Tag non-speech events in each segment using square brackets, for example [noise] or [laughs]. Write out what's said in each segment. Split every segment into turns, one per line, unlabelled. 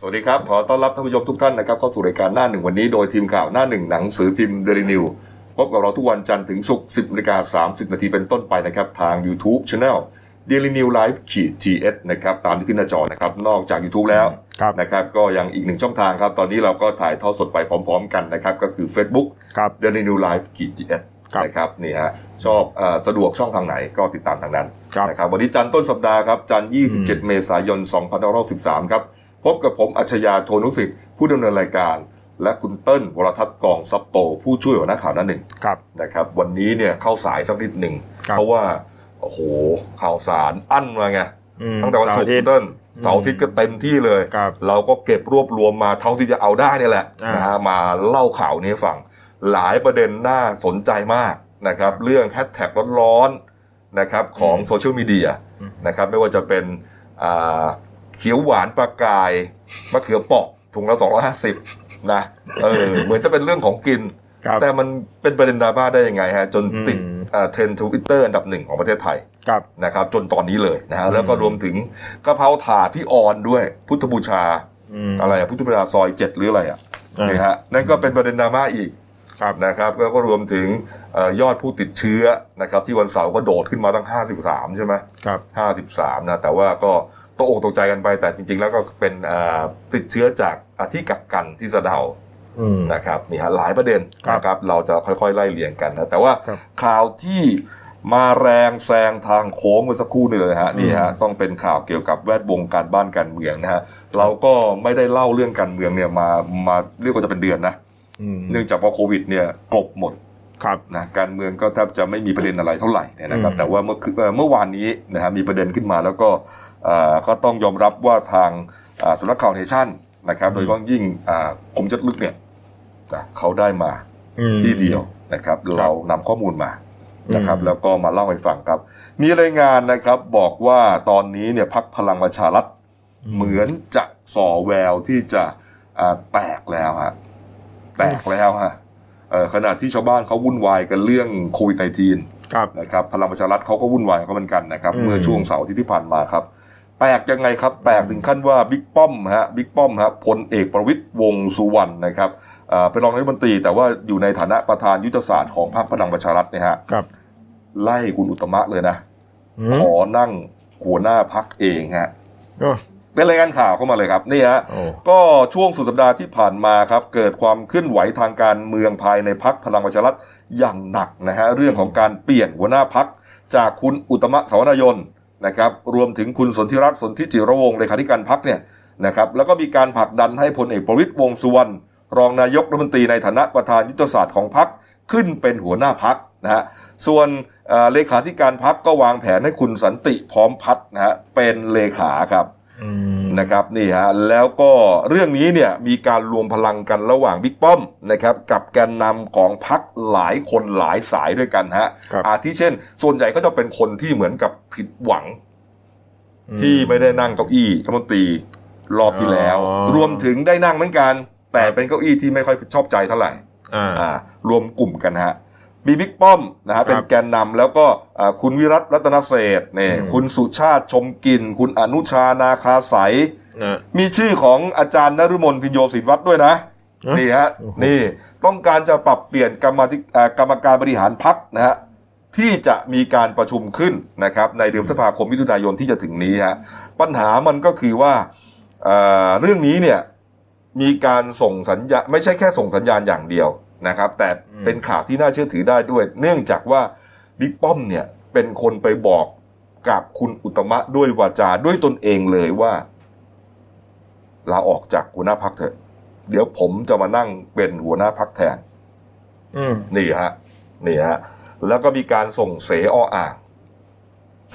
สวัสดีครับ ขอต้อนรับท่านผู้ชมทุกท่านนะครับเข้าสู่รายการหน้าหนึ่งวันนี้โดยทีมข่าวหน้าหนึ่งหนังสือพิมพ์เดลินิวพบกับเราทุกวันจันทร์ถึงศุกร์10นาฬิกา30 นาทีเป็นต้นไปนะครับ ทาง YouTube Channel d a i l y New Life ขีด GS นะครับ ตามที่ขึ้นหน้าจอนะครับ นอกจาก YouTube แล้ว
ครับ
นะครับ ก็ยังอีกหนึ่งช่องทางครับ ตอนนี้เราก็ถ่ายทอดสดไปพร้อมๆ กันนะครับ ก็คือ Facebook
ครับ
d a i l y New Life ขีด GS
ครับ
นะครับนี่ฮะชอบเออสะดวกช่องทางไหนก็ติดตามทางนั้น
ครับ
นะครับวันนี้จันทร์ต้นสัปดาห์ครับจันทร์27 เมษายน2513ครับ พบกับผมอัจฉริยะโทนุสิทธิ์ผู้ดำเนินรายการ และคุณเติ้ลวรทัศน์กองซับโต ผู้ช่วยหัวหน้าข่าวหน้าหนึ่ง
ครับ
นะครับ วันนี้เนี่ยเข้าสายสักนิดหนึ่ง
ครับ
เพราะว่า โอ้โห ข่าวสารอั้นมาไง
อืม
ตั้งแต่วันศุกร์
เสาร์อาทิต
คุณ
ย์
เติ้ลเสาร์อาทิตย์ก็เต็มที่เลย
ครับ
เราก็เก็บรวบรวมมาเท่าที่จะเอาได้เนี่ยแหละ
อ่าน
นะฮะมาเล่าข่าวนี้ให้ฟัง หลายประเด็นน่าสนใจมากนะครับ เรื่องแฮชแท็กร้อนๆนะครับของโซเชียลมีเดีย
อืม
นะครับไม่ว่าจะเป็นอ่าเขียวหวานปลากายมะเขือเปาะถุงละสองร้อยห้าสิบนะเออเหมือนจะเป็นเรื่องของกิน
ครับ
แต่มันเป็นประเด็นดราม่าได้ยังไงฮะจนติด
อืม
เทรนทวิตเตอร์อันดับหนึ่งของประเทศไทย
ครับ
นะครับ จนตอนนี้เลยนะฮะ
อืม
แล้วก็รวมถึงกะเพราถาดที่ออนด้วย พุทธบูชา
ม
อะไรอะพุทธบูชาซอยเจ็ดหรืออะไรอ่ะ
อ่า
นี่ฮะนั่นก็เป็นประเด็นดราม่าอีก
ครับ
นะครับแล้วก็รวมถึงเอ่อยอดผู้ติดเชื้อนะครับ ที่วันเสาร์ก็โดดขึ้นมาตั้ง 53 ใช่ไหม
ครับ
53 นะ แต่ว่าก็ตกอกตกใจกันไป แต่จริง ๆ แล้วก็เป็นเอ่อติดเชื้อจากอ่ะที่กักกันที่สะเดา
อืม
นะครับนี่ฮะหลายประเด็น
ครับ
นะครับ เราจะค่อยๆ ไล่เรียงกันนะ แต่ว่า
ครับ
ข่าวที่มาแรงแซงทางโค้งเมื่อสักครู่นี่เลยนะฮะนี่ฮะ
อืม
ต้องเป็นข่าวเกี่ยวกับแวดวงการบ้านการเมืองนะฮะเราก็ไม่ได้เล่าเรื่องการเมืองเนี่ยมามาเรียกว่าจะเป็นเดือนนะ
อืม
เนื่องจากว่าโควิดเนี่ยกลบหมด
ครับ
นะการเมืองก็แทบจะไม่มีประเด็นอะไรเท่าไหร่เนี่ยนะครับ
อืม
แต่ว่าเมื่อคืนเอ่อเมื่อวานนี้นะฮะมีประเด็นขึ้นมาแล้วก็เอ่อก็ต้องยอมรับว่าทางอ่าสำนักข่าวเนชั่นนะครับ
อืม
โดยเฉพาะยิ่งอ่าผมจัดลึกเนี่ยนะเขาได้มา
อืม
ที่เดียวนะครับเรานำข้อมูลมานะครับ
อืม
แล้วก็มาเล่าให้ฟังครับ มีรายงานนะครับบอกว่าตอนนี้เนี่ยพักพลังประชารัฐเหมือนจะส่อแววที่จะอ่าแตกแล้วฮะแตกแล้วฮะเอ่อขณะที่ชาวบ้านเขาวุ่นวายกันเรื่องโควิด -19
ครับ
นะครับพลังประชารัฐเขาก็วุ่นวายเขาเหมือนกันนะครับ
อืม
เมื่อช่วงเสาร์อาที่ที่ผ่านมาครับ แตกยังไงครับ แตกถึงขั้นว่าบิ๊กป้อมฮะบิ๊กป้อมฮะพลเอกประวิตยวงษ์สุวรรณนะครับเอ่อเป็นรองนายกรัฐมนตรี แต่ว่าอยู่ในฐานะประธานยุทธศาสตร์ของพรรคพลังประชารัฐเนี่ยฮะ
ครับ
ไล่คุณอุตตมะเลยนะ
อื
ข
ม
อนั่งหัวหน้าพักเองฮะ
โอ้
เป็นรายงานข่าวเข้ามาเลยครับนี่ฮะ
โอ้
ก็ช่วงสุดสัปดาห์ที่ผ่านมาครับ เกิดความเคลื่อนไหวทางการเมืองภายในพักพลังประชารัฐอย่างหนักนะฮะเรื่องของการเปลี่ยนหัวหน้าพักจากคุณอุตตมะสาวนายนนะครับรวมถึงคุณสนธิรัตน์สนธิจิรวงศ์เลขาธิการพักเนี่ยนะครับแล้วก็มีการผลักดันให้พลเอกประวิตยวงษ์สุวรรณรองนายกรัฐมนตรีในฐานะประธานยุทธศาสตร์ของพักขึ้นเป็นหัวหน้าพักนะฮะส่วนเอ่อเลขาธิการพักก็วางแผนให้คุณสันติพร้อมพัฒน์นะฮะเป็นเลขาครับ
อืม
นะครับนี่ฮะแล้วก็เรื่องนี้เนี่ยมีการรวมพลังกันระหว่างบิ๊กป้อมนะครับกับแกนนำของพักหลายคนหลายสายด้วยกันฮะ
ครับ
อาทิเช่น ส่วนใหญ่ก็จะเป็นคนที่เหมือนกับผิดหวังที่ไม่ได้นั่งเก้าอี้รัฐมนตรีรอบที่แล้ว
อ๋อ
รวมถึงได้นั่งเหมือนกัน แต่
ครับ
เป็นเก้าอี้ที่ไม่ค่อยชอบใจเท่าไหร่
อ่า
อ่ารวมกลุ่มกันฮะ มีบิ๊กป้อมนะฮะเป็นแกนนำแล้วก็อ่าคุณวิรัตรัตนเศรษฐ์เนี่ย
อืม
คุณสุชาติชมกิน คุณอนุชานาคาใส
เออ
มีชื่อของอาจารย์นฤมลพิญโยศินวัตรด้วยนะ
ฮะ
นี่ฮะ
โอ้โห
นี่ต้องการจะปรับเปลี่ยนกรรมาธิเอ่อกรรมการบริหารพักนะฮะที่จะมีการประชุมขึ้นนะครับในเดือนพฤษภาคมมิถุนายนที่จะถึงนี้ฮะปัญหามันก็คือว่าเอ่อเรื่องนี้เนี่ยมีการส่งสัญญาไม่ใช่แค่ส่งสัญญาณอย่างเดียวนะครับ แต่เป็นข่าวที่น่าเชื่อถือได้ด้วย เนื่องจากว่าบิ๊กป้อมเนี่ยเป็นคนไปบอกกับคุณอุตตมะด้วยวาจาด้วยตนเองเลยว่า ลาออกจากหัวหน้าพักเถอะ เดี๋ยวผมจะมานั่งเป็นหัวหน้าพักแทน
อืม
นี่ฮะ นี่ฮะ แล้วก็มีการส่งเสออ่าง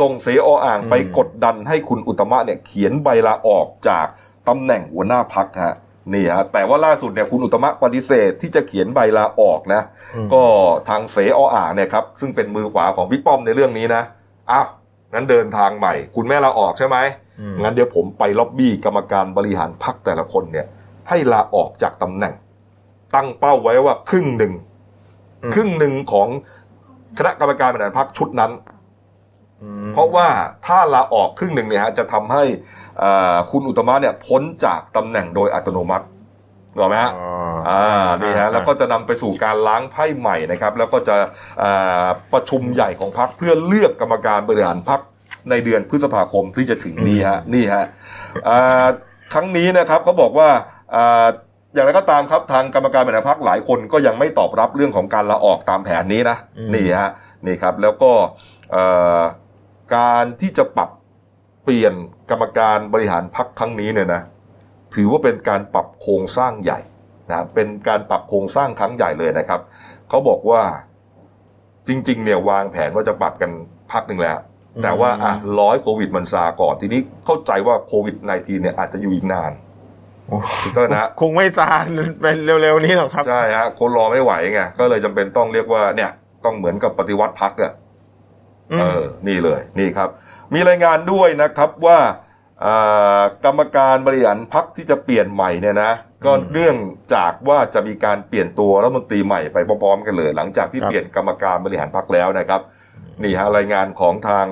ส่งเสออ่างไปกดดันให้คุณอุตตมะเนี่ยเขียนใบลาออกจากตำแหน่งหัวหน้าพักฮะ นี่ฮะ แต่ว่าล่าสุดเนี่ยคุณอุตตมะปฏิเสธที่จะเขียนใบลาออกนะ
อืม
ก็ทางเสออ่างเนี่ยครับ ซึ่งเป็นมือขวาของบิ๊กป้อมในเรื่องนี้นะ อ้าวงั้นเดินทางใหม่ คุณแม่ลาออกใช่ไหม
อืม
งั้นเดี๋ยวผมไปล็อบบี้กรรมการบริหารพักแต่ละคนเนี่ย ให้ลาออกจากตำแหน่ง ตั้งเป้าไว้ว่าครึ่งหนึ่ง
อืม
ครึ่งหนึ่งของคณะกรรมการบริหารพักชุดนั้น
อืม
เพราะว่าถ้าลาออกครึ่งหนึ่งเนี่ยฮะจะทำให้เอ่อคุณอุตตมะเนี่ยพ้นจากตำแหน่งโดยอัตโนมัติเหรอกไหมฮะ
อ๋อ
อ่านี่ฮะแล้วก็จะนำไปสู่การล้างไพ่ใหม่นะครับ แล้วก็จะอ่าประชุมใหญ่ของพักเพื่อเลือกกรรมการบริหารพักในเดือนพฤษภาคมที่จะถึงนี้ฮะนี่ฮะอ่าครั้งนี้นะครับเขาบอกว่าอ่าอย่างไรก็ตามครับทางกรรมการบริหารพักหลายคนก็ยังไม่ตอบรับเรื่องของการลาออกตามแผนนี้นะนี่ฮะนี่ครับแล้วก็เอ่อการที่จะปรับเปลี่ยนกรรมการบริหารพักครั้งนี้เนี่ยนะถือว่าเป็นการปรับโครงสร้างใหญ่ นะเป็นการปรับโครงสร้างครั้งใหญ่เลยนะครับ เขาบอกว่าจริง ๆ เนี่ยวางแผนว่าจะปรับกันพักหนึ่งแล้ว แต่ว่าอ่ะร้อยโควิดมันซาก่อนทีนี้เข้าใจว่าโควิด -19 เนี่ยอาจจะอยู่อีกนาน
โอ้
ถูกต้องนะ
คงไม่ซาเป็นเร็วๆนี้หรอกครับ
ใช่ฮะคนรอไม่ไหวไงก็เลยจำเป็นต้องเรียกว่าเนี่ยต้องเหมือนกับปฏิวัติพักอะ เออ นี่เลย นี่ครับ มีรายงานด้วยนะครับว่าอ่ากรรมการบริหารพักที่จะเปลี่ยนใหม่เนี่ยนะ ก็
อืม
เนื่องจากว่าจะมีการเปลี่ยนตัวรัฐมนตรีใหม่ไปพร้อมๆกันเลย หลังจากที่
ครับ
เปลี่ยนกรรมการบริหารพักแล้วนะครับ นี่ฮะรายงานของทาง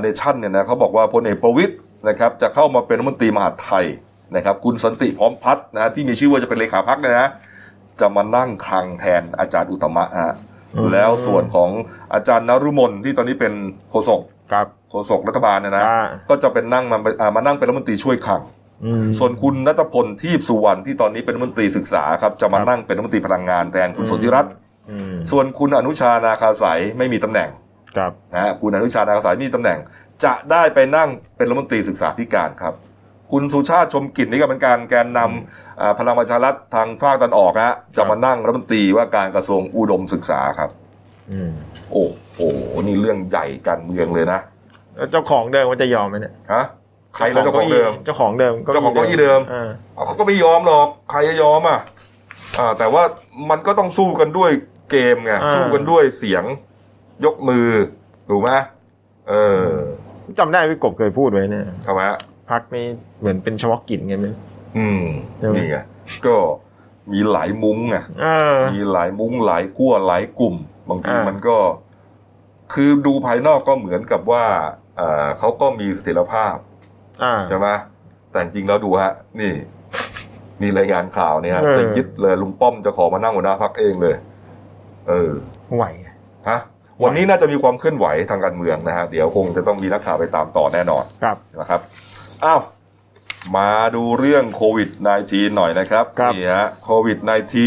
เนชั่นเนี่ยนะเขาบอกว่าพลเอกประวิตยนะครับจะเข้ามาเป็นรัฐมนตรีมหาดไทยนะครับ คุณสันติพร้อมพัฒน์นะฮะที่มีชื่อว่าจะเป็นเลขาพักนะฮะจะมานั่งคลังแทนอาจารย์อุตตมะฮะ
อืม
แล้วส่วนของอาจารย์นรุมนที่ตอนนี้เป็นโฆษก
ครับ
โฆษกรัฐบาลเนยนะ
อ่า
ก็จะเป็นนั่งมาอ่ามานั่งเป็นรัฐมนตรีช่วยคลัง
อืม
ส่วนคุณนัทพลทีพสุวรรณที่ตอนนี้เป็นรัฐมนตรีศึกษาครับ จะมา
ครับ
นั่งเป็นรัฐมนตรีพลังงานแทนคุณสนธิรัตน์
อืม
ส่วนคุณอนุชานาคาสายไม่มีตำแหน่ง
ครับ
นะฮะ คุณอนุชานาคาสายไม่มีตำแหน่ง จะได้ไปนั่งเป็นรัฐมนตรีศึกษาธิการครับ คุณสุชาติชมกิจนี่ก็เป็นการแกนนำอ่าพลังประชารัฐทางภาคตะวันออกฮะ จะมานั่งรัฐมนตรีว่าการกระทรวงอุดมศึกษาครับ
อืม
โอ้โห นี่เรื่องใหญ่การเมืองเลยนะ
แล้วเจ้าของเดิมมันจะยอมไหมเนี่ย
ฮะ ใครเลยเจ้าของเดิม
เจ้าของเดิม
เจ้าของเก้าอี้เดิม
อ่า
เอาเขาก็ไม่ยอมหรอก ใครจะยอมอ่ะอ่าแต่ว่ามันก็ต้องสู้กันด้วยเกมไงสู้กันด้วยเสียงยกมือถูกไหมเออ
จำได้พี่กบเคยพูดไว้เนี่ย
ทำไมฮะ
พักนี้เหมือนเป็นเฉพาะกิจไงมั้ย
อืม
ใช่ไหม
นี่ไงก็มีหลายมุ้งไง
เออ
มีหลายมุ้งหลายกั้วหลายกลุ่ม บางที
อ่ามั
มันก็ คือดูภายนอกก็เหมือนกับว่าเอ่อเขาก็มีเสถียรภาพ
อ่า
ใช่ไหมแต่จริงๆแล้วดูฮะ นี่ มีรายงานข่าวเนี่ยฮะ
เออ
จะยึดเลยลุงป้อมจะขอมานั่งหัวหน้าพักเองเลย เออ
ไหวอะ
ฮะวันนี้น่าจะมีความเคลื่อนไหวทางการเมืองนะฮะ เดี๋ยวคงจะต้องมีนักข่าวไปตามต่อแน่นอน
ครับ
นะครับอ้าวมาดูเรื่องโควิด -19 หน่อยนะครับ
ครับ
นี่ฮะโควิด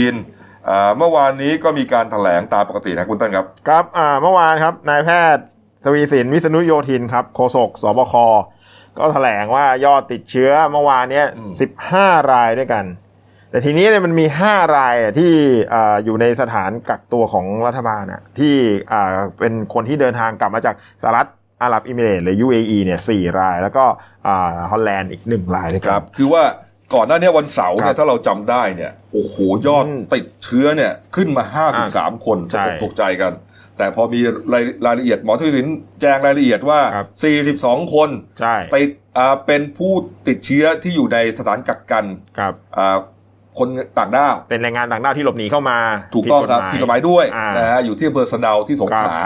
-19 อ่าเมื่อวานนี้ก็มีการแถลงตามปกตินะคุณเต้นครับ
ครับอ่าเมื่อวานครับ นายแพทย์ทวีสิน วิษณุโยธินครับโฆษกสบค ก็แถลงว่ายอดติดเชื้อเมื่อวานเนี้ย
อืม
15 รายด้วยกัน แต่ทีนี้เนี่ยมันมี 5 รายอ่ะที่อ่าอยู่ในสถานกักตัวของรัฐบาลอะที่อ่าเป็นคนที่เดินทางกลับมาจากสหรัฐอาหรับเอิมิเรตส์หรือ UAE เนี่ยสราย แล้วก็อ่าฮอลแลนด์อีก 1 รายด้วย
ค
กั
รั
น
บคือว่าก่อนหน้าเนี้วันเสาร์เนี่
ครั
ย
บ
ถ้าเราจำได้เนี่ยโอ้โหยอด
อืม
ติดเชื้อเนี่ยขึ้นมา 53 คน
ใช่
จะตกใจกัน แต่พอมีรายรายละเอียดหมอทวีสินแจ้งรายละเอียดว่า
ครับ
42 คน
ใช่
ติดอ่าเป็นผู้ติดเชื้อที่อยู่ในสถานกักกัน
ครับ
อ่าคนต่างด้าว
เป็นแรงงานต่างด้าวที่หลบหนีเข้ามา
ถูกต้องครับผิดกฎหมายด้วย
อ่า
นะฮะอยู่ที่อำเภอสะเดาที่สงขลา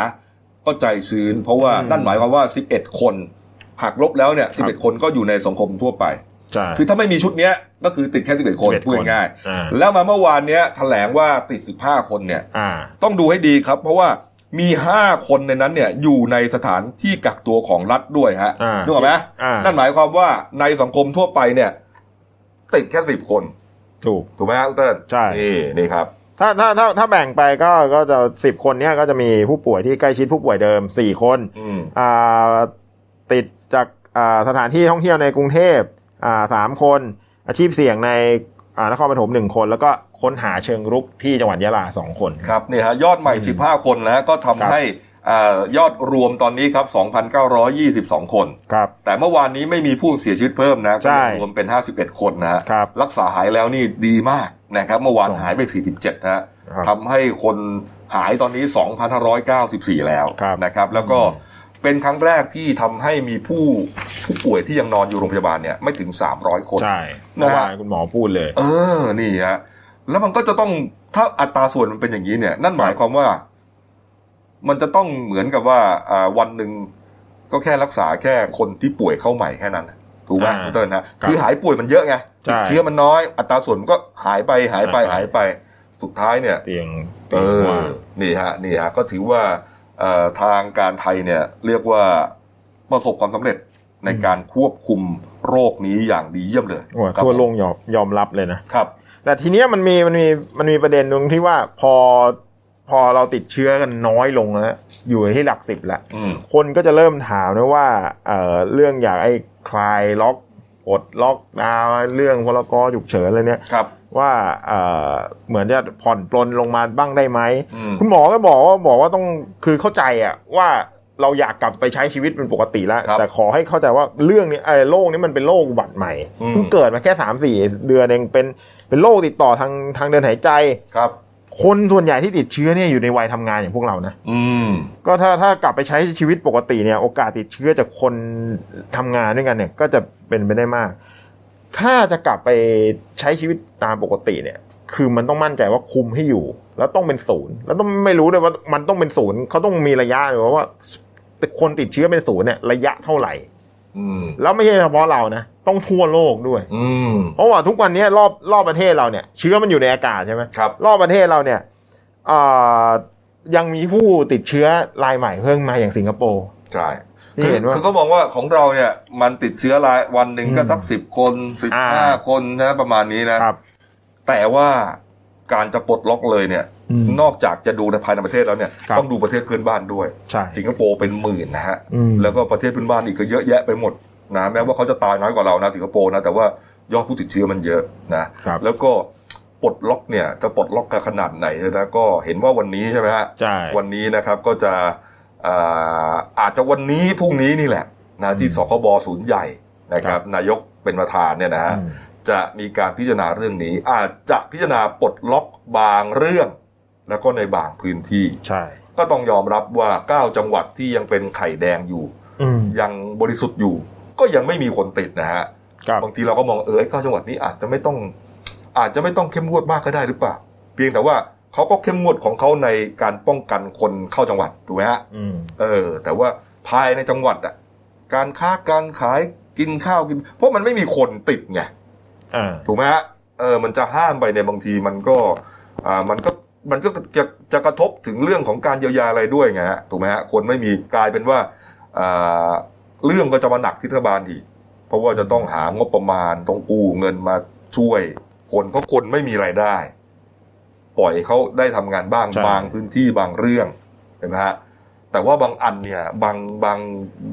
ก็ใจชื้น เพราะว่า
อืม
นั่นหมายความว่า 11 คนหากลบแล้วเนี่ย
ครับ
11 คนก็อยู่ในสังคมทั่วไป
ใช่
คือถ้าไม่มีชุดเนี้ยก็คือติดแค่สิบเอ็ดคน
11
พูดง่าย
คนอ่า
ๆแล้วมาเมื่อวานเนี้ยแถลงว่าติดสิบห้าคนเนี่ย
อ่า
ต้องดูให้ดีครับ เพราะว่ามีห้าคนในนั้นเนี่ยอยู่ในสถานที่กักตัวของรัฐด้วยฮะ
อ่านึ
นึกออกไหม
อ่านั่
นั่นหมายความว่าในสังคมทั่วไปเนี่ย ติดแค่สิบคน
ถูก
ถูกไหมฮะคุณเติ้ล
ใช่
นี่นี่ครับ
ถ้าถ้าถ้าถ้าแบ่งไปก็ก็จะสิบคนเนี้ยก็จะมีผู้ป่วยที่ใกล้ชิดผู้ป่วยเดิมสี่คน
อืม
อ่าติดจากอ่าสถานที่ท่องเที่ยวในกรุงเทพอ่าสามคน อาชีพเสี่ยงในอ่านครปฐมหนึ่งคน แล้วก็ค้นหาเชิงรุกที่จังหวัดยะลาสองคน
ครับนี่ฮะยอดใหม่ 15 คนนะฮะก็ทำให้อ่ายอดรวมตอนนี้ครับ2,922 คน
ครับ
แต่เมื่อวานนี้ไม่มีผู้เสียชีวิตเพิ่มนะ
ใช่
ก็ยังรวมเป็น 51 คนนะฮะ
ครับ
รักษาหายแล้วนี่ดีมากนะครับ เมื่อวานหายไป 47นะฮะ
ครับ
ทำให้คนหายตอนนี้ 2,594 แล้ว
ครับ
นะครับ แล้วก็เป็นครั้งแรกที่ทำให้มีผู้ผู้ป่วยที่ยังนอนอยู่โรงพยาบาลเนี่ยไม่ถึง 300 คน
ใช่เมื่อวานคุณหมอพูดเลย
เออ นี่ฮะ แล้วมันก็จะต้อง ถ้าอัตราส่วนมันเป็นอย่างนี้เนี่ย นั่นหมายความว่า มันจะต้องเหมือนกับว่าอ่าวันหนึ่งก ก็แค่รักษาแค่คนที่ป่วยเข้าใหม่แค่นั้นนะถูกไหม
อ่า
คุณเติ้ลฮะ
ครับ
คือหายป่วยมันเยอะไง
ใช่
ติดเชื้อมันน้อย อัตราส่วนมันก็หายไปหายไป
หา
หาย ย
ไป
ไปสุดท้ายเนี่ย
เตียงเตี
เอย
ง
อ
กว่าง
นี่ฮะ นี่ฮะ ก็ถือว่าเอ่อทางการไทยเนี่ยเรียกว่าประสบความสำเร็จใน
อืม
การควบคุมโรคนี้อย่างดีเยี่ยมเลย
โอ้ย
ครับ
ทั่วโลกยอมยอมรับเลยนะ
ครับ
แต่ทีเนี้ยมันมีมันมีมันมีประเด็นตรงที่ว่าพอพอเราติดเชื้อกันน้อยลงแล้วอยู่ที่หลักสิบแล้ว
อืม
คนก็จะเริ่มถามนะว่าเอ่อเรื่องอยากไอ้คลายล็อกอดล็อกดาวน์เรื่องพลกรฉุกเฉินอะไรเนี่ย
ครับ
ว่าเอ่อเหมือนจะผ่อนปลนลงมาบ้างได้ไหม
อืม
คุณหมอก็บอกว่าบอกว่าต้องคือเข้าใจอะว่าเราอยากกลับไปใช้ชีวิตเป็นปกติแล้ว
ครับ
แต่ขอให้เข้าใจว่าเรื่องนี้ไอ้โรคนี้มันเป็นโรคอุบัติใหม่
อืม
เพิ่งเกิดมาแค่สามสี่เดือนเองเป็นเป็นโรคติดต่อทางทางเดินหายใจ
ครับ
คนส่วนใหญ่ที่ติดเชื้อเนี่ยอยู่ในวัยทำงานอย่างพวกเรานะ
อืม
ก็ถ้าถ้ากลับไปใช้ชีวิตปกติเนี่ยโอกาสติดเชื้อจากคนทำงานด้วยกันเนี่ย ก็จะเป็นไปได้มาก ถ้าจะกลับไปใช้ชีวิตตามปกติเนี่ย คือมันต้องมั่นใจว่าคุมให้อยู่ แล้วต้องเป็นศูนย์แล้วต้องไม่รู้ด้วยว่ามันต้องเป็นศูนย์เขาต้องมีระยะหรือว่าว่าคนติดเชื้อเป็นศูนย์เนี่ยระยะเท่าไหร่
อืม
แล้วไม่ใช่เฉพาะเรานะต้องทั่วโลกด้วย
อืม
เพราะว่าทุกวันนี้รอบรอบประเทศเราเนี่ยเชื้อมันอยู่ในอากาศใช่ไหม
ครับ
รอบประเทศเราเนี่ยเอ่อยังมีผู้ติดเชื้อรายใหม่เพิ่มมาอย่างสิงคโปร์
ใช่
นี่
คือ
เห็นว่า
คือเขาบอกว่าของเราเนี่ย มันติดเชื้อรายวันหนึ่งก็
อืม
สักสิบคนสิบห้า
อ่า
คนนะประมาณนี้นะ
ครับ
แต่ว่าการจะปลดล็อกเลยเนี่ย
อืม
นอกจากจะดูในภายในประเทศแล้วเนี่ย
ครับ
ต้องดูประเทศเพื่อนบ้านด้วย
ใช่
สิงคโปร์เป็นหมื่นนะฮะ
อืม
แล้วก็ประเทศเพื่อนบ้านอีกก็เยอะแยะไปหมดนะ แม้ว่าเขาจะตายน้อยกว่าเรานะสิงคโปร์นะ แต่ว่ายอดผู้ติดเชื้อมันเยอะนะ
ครับ
แล้วก็ปลดล็อกเนี่ยจะปลดล็อกกันขนาดไหนเนยนะก็เห็นว่าวันนี้ใช่ไหมฮะ
ใช่
วันนี้นะครับก็จะอ่าอาจจะวันนี้พรุ่งนี้นี่แหละนะที่สคบศูนย์ใหญ่นะครับ นายกเป็นประธานเนี่ยนะฮะ
อืม
จะมีการพิจารณาเรื่องนี้ อาจจะพิจารณาปลดล็อกบางเรื่อง แล้วก็ในบางพื้นที่
ใช่
ก็ต้องยอมรับว่า 9 จังหวัดที่ยังเป็นไข่แดงอยู่
อืม
ยังบริสุทธิ์อยู่ ก็ยังไม่มีคนติดนะฮะ
ครับ
บางทีเราก็มองเออไอ้เก้าจังหวัดนี้อาจจะไม่ต้อง อาจจะไม่ต้องเข้มงวดมากก็ได้หรือเปล่า เพียงแต่ว่าเขาก็เข้มงวดของเขาในการป้องกันคนเข้าจังหวัดถูกไหมฮะ
อืม
เออ แต่ว่าภายในจังหวัดอ่ะ การค้าการขายกินข้าวกิน เพราะมันไม่มีคนติดไง
อ่า
ถูกไหมฮะเออมันจะห้ามไปเนี่ยบางทีมันก็อ่ามันก็มันก็จะจะกระทบถึงเรื่องของการเยียวยาอะไรด้วยไงฮะถูกไหมฮะคนไม่มีกลายเป็นว่าอ่าเรื่องก็จะมาหนักที่รัฐบาลอีกเพราะว่าจะต้องหางบประมาณต้องกู้เงินมาช่วยคนเพราะคนไม่มีไรายได้ ปล่อยเขาได้ทำงานบ้าง
ใช่
บางพื้นที่บางเรื่องเห็นไหมฮะแต่ว่าบางอันเนี่ยบางบาง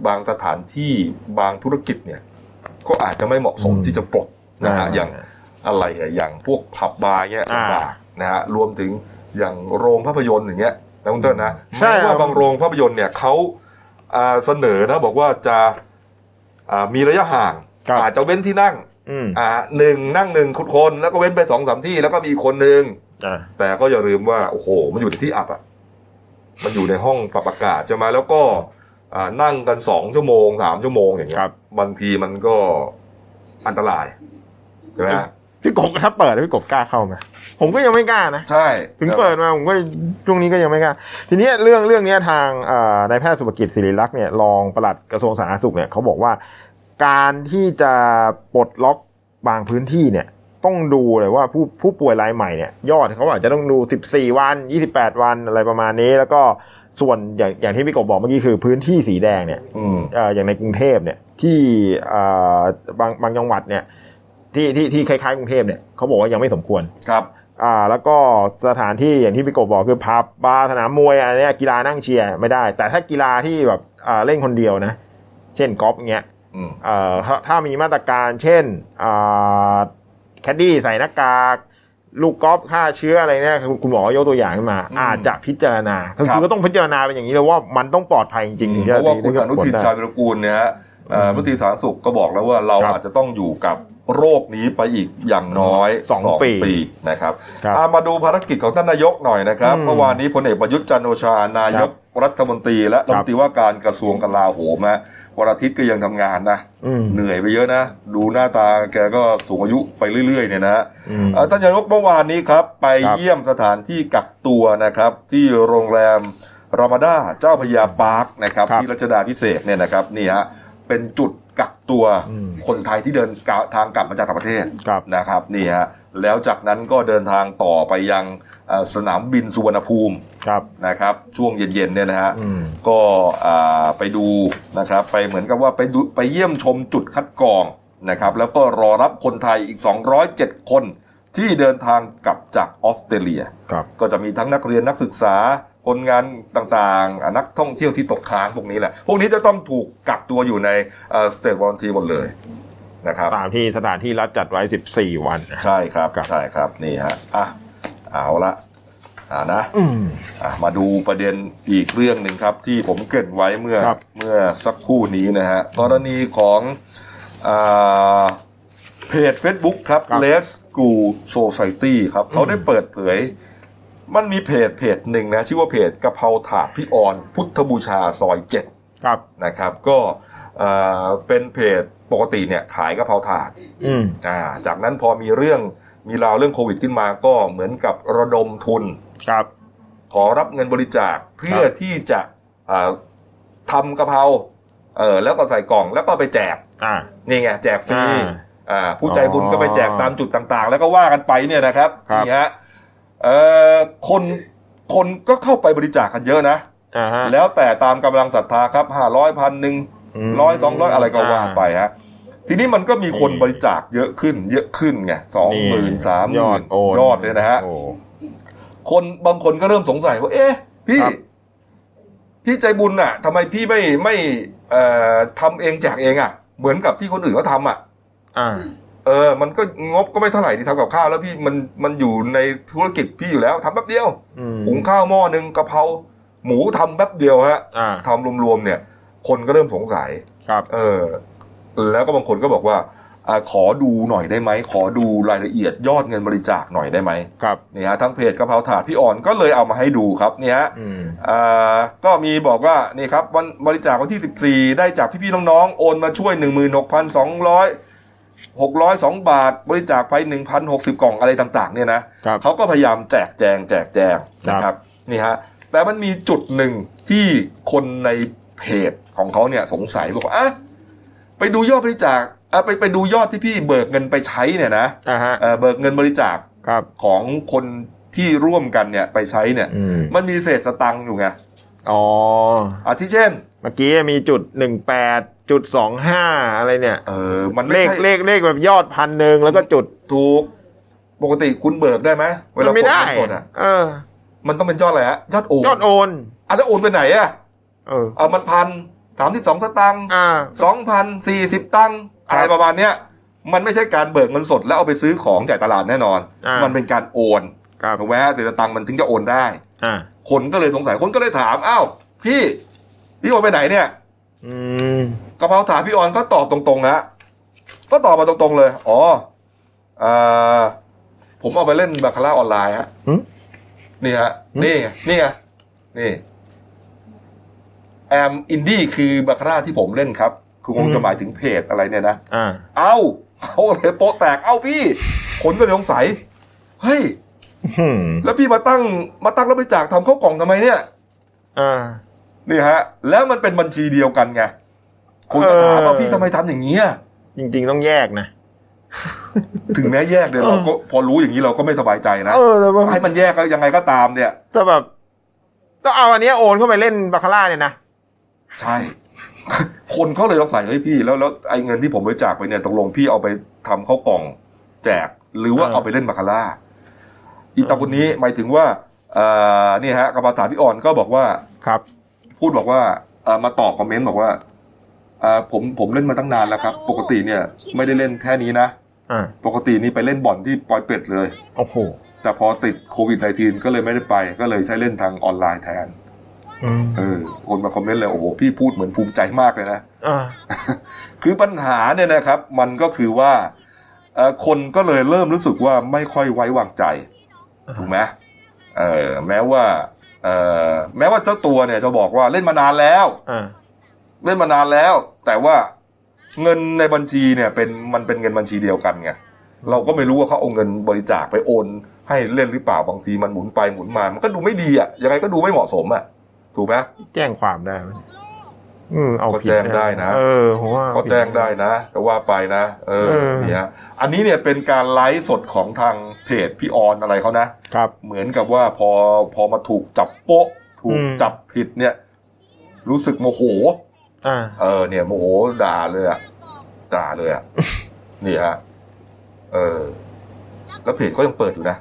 บางสถานที่บางธุรกิจเนี่ย ก็อาจจะไม่เหมาะสมที่จะปลดนะฮะอย่าง อะไรอะอย่างพวกผับบาร์เงี้ย
อ่า
ต่างๆนะฮะรวมถึงอย่างโรงภาพยนตร์อย่างเงี้ยนะคุณเต้นนะ
ใช่
แม้
ครั
ว่า
บ
บางโรงภาพยนตร์เนี่ยเขาอ่าเสนอนะบอกว่าจะอ่ามีระยะห่าง
ครับ
อาจจะเว้นที่นั่ง
อืม
อ่าหนึ่งนั่งหนึ่งคนแล้วก็เว้นไปสองสามที่แล้วก็มีอีกคนหนึ่ง
อ่า
แต่ก็อย่าลืมว่าโอ้โห มันอยู่ในที่อับอ่ะมันอยู่ในห้องปรับอากาศใช่ไหมแล้วก็อ่านั่งกันสองชั่วโมงสามชั่วโมงอย่างเงี้
ค
ย
รับบ
างทีมันก็อันตรายใช่ไหมฮะ
พี่กบถ้าเปิดแล้วพี่กบกล้าเข้าไหมผมก็ยังไม่กล้านะ
ใช่
ถึงเปิดมาผมก็ช่วงนี้ก็ยังไม่กล้าทีเนี้ยเรื่องเรื่องเนี้ยทางเอ่อนายแพทย์สุภกิจศิริรักษ์เนี่ยรองปลัดกระทรวงสาธารณสุขเนี่ยเขาบอกว่า การที่จะปลดล็อกบางพื้นที่เนี่ยต้องดูเลยว่าผู้ผู้ป่วยรายใหม่เนี่ยยอดเขาอาจจะต้องดู 14 วัน 28 วันอะไรประมาณนี้ แล้วก็ส่วนอย่างอย่างที่พี่กบบอกเมื่อกี้คือพื้นที่สีแดงเนี่ย
อืม
เอ่ออย่างในกรุงเทพเนี่ยที่เอ่อบางบางจังหวัดเนี่ยที่ที่ที่คล้ายๆกรุงเทพเนี่ยเขาบอกว่ายังไม่สมควร
ครับ
อ่าแล้วก็สถานที่อย่างที่พี่กบบอกคือพับบาร์สนามมวยอันเนี้ยกีฬานั่งเชียร์ไม่ได้ แต่ถ้ากีฬาที่แบบอ่าเล่นคนเดียวนะ เช่นกอล์ฟเงี้ย
อืม
เอ่อถ้าถ้ามีมาตรการเช่นอ่าแคดดี้ใส่หน้ากาก ลูกกอล์ฟฆ่าเชื้ออะไรเนี่ยคุณหมอยกตัวอย่างขึ้นมา
อืม
อาจจะพิจารณาคือ
ครับ
คือก็ต้องพิจารณาเป็นอย่างนี้เลยว่ามันต้องปลอดภัยจริงๆถึงจะ
เพราะว่าคุณ
ถึงจ
อนุทิน
ผลได้
ชาญวิรกูลเนี่ยฮะเอ่อ
อืม
รัฐมนตรีสาธารณสุขก็บอกแล้วว่าเรา
ครับ
อาจจะต้องอยู่กับโรคนี้ไปอีกอย่างน้อย
สองปี
นะครับ
ครับ
อ่ะมาดูภารกิจของท่านนายกหน่อยนะครับ
อืม
เมื่อวานนี้พลเอกประยุทธ์จันทร์โอชานายกรัฐมนตรี และ
ครั
รับ ฐมนตรีว่าการกระทรวงกลาโหมฮะวันอาทิตย์ก็ยังทำงานนะ
อืม
เหนื่อยไปเยอะนะ ดูหน้าตาแกก็สูงอายุไปเรื่อยๆเนี่ยนะฮะ
อืม
เอ่อท่านนายกเมื่อวานนี้ครับ ไป
ครับ
เยี่ยมสถานที่กักตัวนะครับ ที่โรงแรม รามาดาเจ้าพระยาปาร์คนะครับ
ครับ
ที่รัชดาพิเศษกเนี่ยนะครับนี่ฮะเป็นจุดกักตัว
อืม
คนไทยที่เดินกะทางกลับมาจากต่างประเทศ
ครับ
นะครับนี่ฮะแล้วจากนั้นก็เดินทางต่อไปยังเอ่อสนามบินสุวรรณภูมิ
ครับ
นะครับช่วงเย็นๆเนี่ยนะฮะ
อืม
ก็อ่าไปดูนะครับไปเหมือนกับว่าไปดูไปเยี่ยมชมจุดคัดกรองนะครับแล้วก็รอรับคนไทยอีก 207 คนที่เดินทางกลับจากออสเตรเลีย
ครับ
ก็จะมีทั้งนักเรียนนักศึกษาคนงานต่างๆอ่ะนักท่องเที่ยวที่ตกค้างพวกนี้แหละ พวกนี้จะต้องถูกกักตัวอยู่ในสเตทวอลทีหมดเลยนะครับ
ตามที่สถานที่รัฐจัดไว้ 14 วันนะ
ใช่ครับ
ครับ
ใช่ครับนี่ฮะอ่ะเอาละอ่านะ
อืม
อ่ะมาดูประเด็นอีกเรื่องหนึ่งครับ ที่ผมเกริดไว้เมื่อ
ครับ
เมื่อสักครู่นี้นะฮะกรณีของอาเพจ Facebook ครับ Let's Go Society ครับเขาได้เปิดเผย มันมีเพจเพจหนึ่งนะ ชื่อว่าเพจกะเพราถาดพี่ออน พุทธบูชาซอยเจ็ด
ครับ
นะครับ ก็อ่าเป็นเพจปกติเนี่ยขายกะเพราถาด
อืม
อ่าจากนั้นพอมีเรื่องมีราวเรื่องโควิดขึ้นมาก็เหมือนกับระดมทุน
ครับ
ขอรับเงินบริจาคเพื่อ
ครับ
ที่จะอ่าทำกะเพราเออแล้วก็ใส่กล่องแล้วก็ไปแจก
อ่า
นี่ไงแจกฟรี
อ่า
อ่าผู้ใจบุญ
อ๋อ
ก็ไปแจกตามจุดต่างๆ แล้วก็ว่ากันไปเนี่ยนะครับ
ครับ
นี่ฮะเออคนคนก็เข้าไปบริจาคกันเยอะนะ
อ่าฮะ
แล้วแต่ตามกำลังศรัทธาครับห้าร้อยพันหนึ่ง
ม
ร้อยสองร้อยอะไรก็ว่าไปฮะ ทีนี้มันก็มีคน
นี่
บริจาคเยอะขึ้น เยอะขึ้นไงสองหมื่นสามห
ยอ
มื่
ด
น
โอน
ยอดเลยนะฮะ
โอ้
คนบางคนก็เริ่มสงสัยว่า เอ๊ะ พี่
ครับ
พี่ใจบุญน่ะทำไมพี่ไม่ไม่เอ่อทำเองแจกเองอ่ะ เหมือนกับที่คนอื่นเขาทำอ่ะ
อ่า
เออ มันก็งบก็ไม่เท่าไหร่ที่ทำกับข้าวแล้วพี่มันมันอยู่ในธุรกิจพี่อยู่แล้วทำแป๊บเดียว
อืม
หุงข้าวหม้อหนึ่งกะเพราหมูทำแป๊บเดียวฮะ
อ่า
ทำรวมๆเนี่ย คนก็เริ่มสงสัย
ครับ
เออแล้วก็บางคนก็บอกว่าอาขอดูหน่อยได้ไหม ขอดูรายละเอียดยอดเงินบริจาคหน่อยได้ไหม
ครับ
นี่ฮะทั้งเพจกระเพราถาดพี่อ่อนก็เลยเอามาให้ดูครับเนี่ยฮะ
อืม
อ่าก็มีบอกว่านี่ครับวันบริจาควันที่ 14 ได้จากพี่ๆน้องๆ โอนมาช่วย 16,200 602 บาท บริจาคไป 1,060 กล่องอะไรต่างๆเนี่ยนะครับ เขาก็พยายามแจกแจงแจกแจงนะค
ครั
รับบ นี่ฮะแต่มันมีจุดหนึ่งที่คนในเพจของเขาเนี่ยสงสัยบอกว่าอ่ะ ไปดูยอดบริจาคเอ่อไปไปดูยอดที่พี่เบิกเงินไปใช้เนี่ยนะ
อ่าฮะ
เอ่อเบิกเงินบริจาค
ครับ
ของคนที่ร่วมกันเนี่ยไปใช้เนี่ย
อืม
มันมีเศษสตังค์อยู่ไง
อ๋อ
อาทิเช่น
เมื่อกี้มีจุดหนึ่งแปดจุดสองห้าอะไรเนี่ย
เออมัน
เล
ไม่
ข
ใช่
เลขเลขแบบยอดพันหนึ่งแล้วก็จุด
ถูกปกติคุณเบิกได้ไหมเวลา
มันไม่ได้
กเงินสดอ่ะ
เออ
มันต้องเป็นยอดอะไรฮะยอดโอน
ยอดโอน
อ่ะแล้วโอนไปไหนอ่ะ
เออ
เอามันพันสามสิบสองสตางค์
อ่า
สองพันสี่สิบตังค์
ครับ
อะไรประมาณเนี้ยมันไม่ใช่การเบิกเงินสดแล้วเอาไปซื้อของจ่ายตลาดแน่นอน
อ่ามั
มันเป็นการโอน
ครับ
ถูกไหมฮะเศษตังค์มันถึงจะโอนได้
อ่า
คนก็เลยสงสัยคนก็เลยถามอ้าวพี่พี่โอนไปไหนเนี่ย
อืม
กระเพราถามพี่ออนก็ตอบตรงๆนะก็ตอบมาตรงๆเลย อ๋อเอ่อผมเอาไปเล่นบาคาร่าออนไลน์ฮะ
หึ
นี่ฮะ
หึ
นี่ไงนี่ไงนี่แอมอินดี้คือบาคาร่าที่ผมเล่นครับ คือคงจะหมายถึงเพจอะไรเนี่ยนะ
อ่า
เอ้าเขาเลยโป๊ะแตกเอ้าพี่คนก็เลยสงสัยเฮ้ย
อืม
แล้วพี่มาตั้ง มาตั้งรับบริจาคทำข้าวกล่องทำไมเนี่ย
อ่า
นี่ฮะ แล้วมันเป็นบัญชีเดียวกันไงคุณก็ถามว่า
เออ
พี่ทำไมทำอย่างนี้ย
จริง ๆ ต้องแยกนะ
[laughs] ถึงแม้แยกเนี่ย
เออ
เราก็พอรู้อย่างนี้เราก็ไม่สบายใจนะ
เออแต่ว่า
ให้มันแยกก็ยังไงก็ตามเนี่ย
แต่แบบต้องเอาอันเนี้ยโอนเข้าไปเล่นบาคาร่าเนี่ยนะ
ใช่ คนเขาเลยสงสัยเฮ้ยพี่แล้วแล้วไอ้เงินที่ผมบริจาคไปเนี่ยตกลงพี่เอาไปทำข้าวกล่องแจกหรือว่า
เออ
เอาไปเล่นบาคาร่าอีตาคนนี้หมายถึงว่าเอ่อนี่ฮะกระเป๋าถามพี่อ่อนก็บอกว่า
ครับ
พูดบอกว่าเอ่อมาตอบคอมเมนต์บอกว่าเอ่อผมผมเล่นมาตั้งนานแล้วครับ ปกติเนี่ย ไม่ได้เล่นแค่นี้นะ
อ่า
ปกตินี่ไปเล่นบ่อนที่ปอยเป็ดเลย
โอ้โห
แต่พอติดโควิด -19 ก็เลยไม่ได้ไป ก็เลยใช้เล่นทางออนไลน์แทน
อืม
เออ คนมาคอมเมนต์เลย โอ้โห พี่พูดเหมือนภูมิใจมากเลยนะ
อ่า
คือปัญหาเนี่ยนะครับ มันก็คือว่าเอ่อคนก็เลยเริ่มรู้สึกว่าไม่ค่อยไว้วางใจ ถูกไหมเออแม้ว่าเออแม้ว่าเจ้าตัวเนี่ยจะบอกว่าเล่นมานานแล้ว
อ่า
เล่นมานานแล้ว แต่ว่าเงินในบัญชีเนี่ยเป็นมันเป็นเงินบัญชีเดียวกันไงเราก็ไม่รู้ว่าเขาเอาเงินบริจาคไปโอน ให้เล่นหรือเปล่าบางทีมันหมุนไปหมุนมามันก็ดูไม่ดีอ่ะยังไงก็ดูไม่เหมาะสมอ่ะ ถูกไหม
แจ้งความได้ไหมอืมเอาผิด
ก็แจ้งได้นะ
เออผมว่า
ก็
ผิ
แจ้งได้นะก็ว่าไปนะ เออ
เออ
นี่ฮะอันนี้เนี่ยเป็นการไลฟ์สดของทางเพจพี่ออนอะไรเขานะ
ครับ
เหมือนกับว่าพอพอมาถูกจับโป๊ะ ถูก
อืม
จับผิดเนี่ย รู้สึกโมโห
อ่า
เออเนี่ยโมโหด่าเลยอะด่าเลยอะ นี่ฮะเออ แล้วเพจก็ยังเปิดอยู่นะ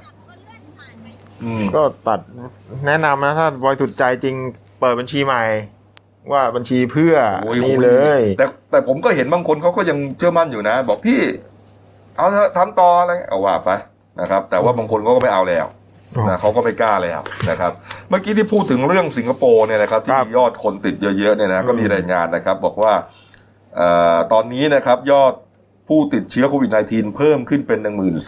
อืม
ก็ตัดแนะนำนะถ้าบริสุทธิ์ใจจริงเปิดบัญชีใหม่ ว่าบัญชีเพื่อ
โอ้ยโอ้
นี่
ย
เลย
แต่แต่ผมก็เห็นบางคนเขาก็ยังเชื่อมั่นอยู่นะ บอกพี่ เอาเถอะทำต่ออะไรเงี้ยเอาว่าไปนะครับ แต่ว่าบางคนเขาก็ไม่เอาแล้วนะเขาก็ไม่กล้าแล้วนะครับ เมื่อกี้ที่พูดถึงเรื่องสิงคโปร์เนี่ยนะครับที่
ครับ
มียอดคนติดเยอะๆเนี่ยนะก็มี
อืม
รายงานนะครับ บอกว่าเอ่อตอนนี้นะครับ ยอดผู้ติดเชื้อโควิด -19 เพิ่มขึ้นเป็น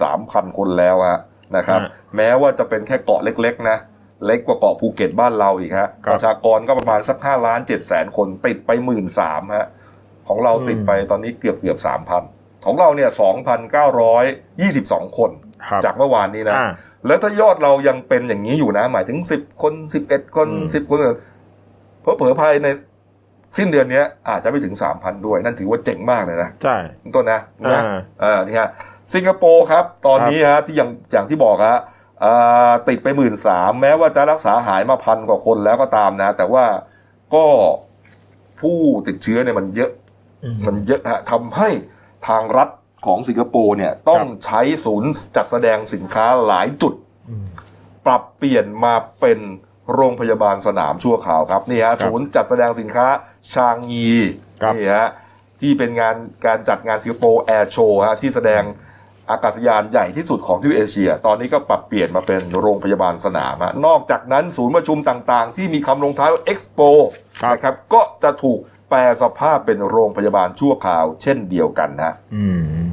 13,000 คนแล้วฮะนะครับ แม้ว่าจะเป็นแค่เกาะเล็กๆนะ เล็กกว่าเกาะภูเก็ตบ้านเราอีกฮะ
ครั
ป
บ
ระชากรก็ประมาณสักห้าล้านเจ็ดแสนคนติดไปหมื่นสามฮะของเรา
อืม
ติดไปตอนนี้เกือบเกือบสามพันของเราเนี่ยสองพันเก้าร้อยยี่สิบสองคน
ครับ
จากเมื่อวานนี้นะ
อ่า
แล้วถ้ายอดเรายังเป็นอย่างนี้อยู่นะ หมายถึงสิบคนสิบเอ็ดคน
อืม
สิบคนเพอเผลอๆภายในสิ้นเดือนเนี้ยอาจจะไปถึงสามพันด้วย นั่นถือว่าเจ๋งมากเลยนะ
ใช่
ต้นนะนะ
อ่า
เออนี่ฮะสิงคโปร์ครับ ตอนนี้ฮะที่อย่างอย่างที่บอกฮะเอ่อติดไปหมื่นสามแม้ว่าจะรักษาหายมาพันกว่าคนแล้วก็ตามนะ แต่ว่าก็ผู้ติดเชื้อเนี่ยมันเยอะ
อืม
มันเยอะฮะทำให้ทางรัฐของสิงคโปร์เนี่ยต้องใช้ศูนย์จัดแสดงสินค้าหลายจุด
อืม
ปรับเปลี่ยนมาเป็นโรงพยาบาลสนามชั่วคราวครับนี่ฮะ
ครับ
ศูนย์จัดแสดงสินค้าชางยี
ครับ
นี่ฮะที่เป็นงานการจัดงานสิงคโปร์แอร์โชว์ฮะที่แสดงอากาศยานใหญ่ที่สุดของทวีปเอเชีย ตอนนี้ก็ปรับเปลี่ยนมาเป็นโรงพยาบาลสนามฮะนอกจากนั้นศูนย์ประชุมต่างๆ ที่มีคำลงท้ายว่าเอ็กซ์โป
ครับ
นะครับก็จะถูกแปลสภาพเป็นโรงพยาบาลชั่วคราว เช่นเดียวกันฮะ
อืม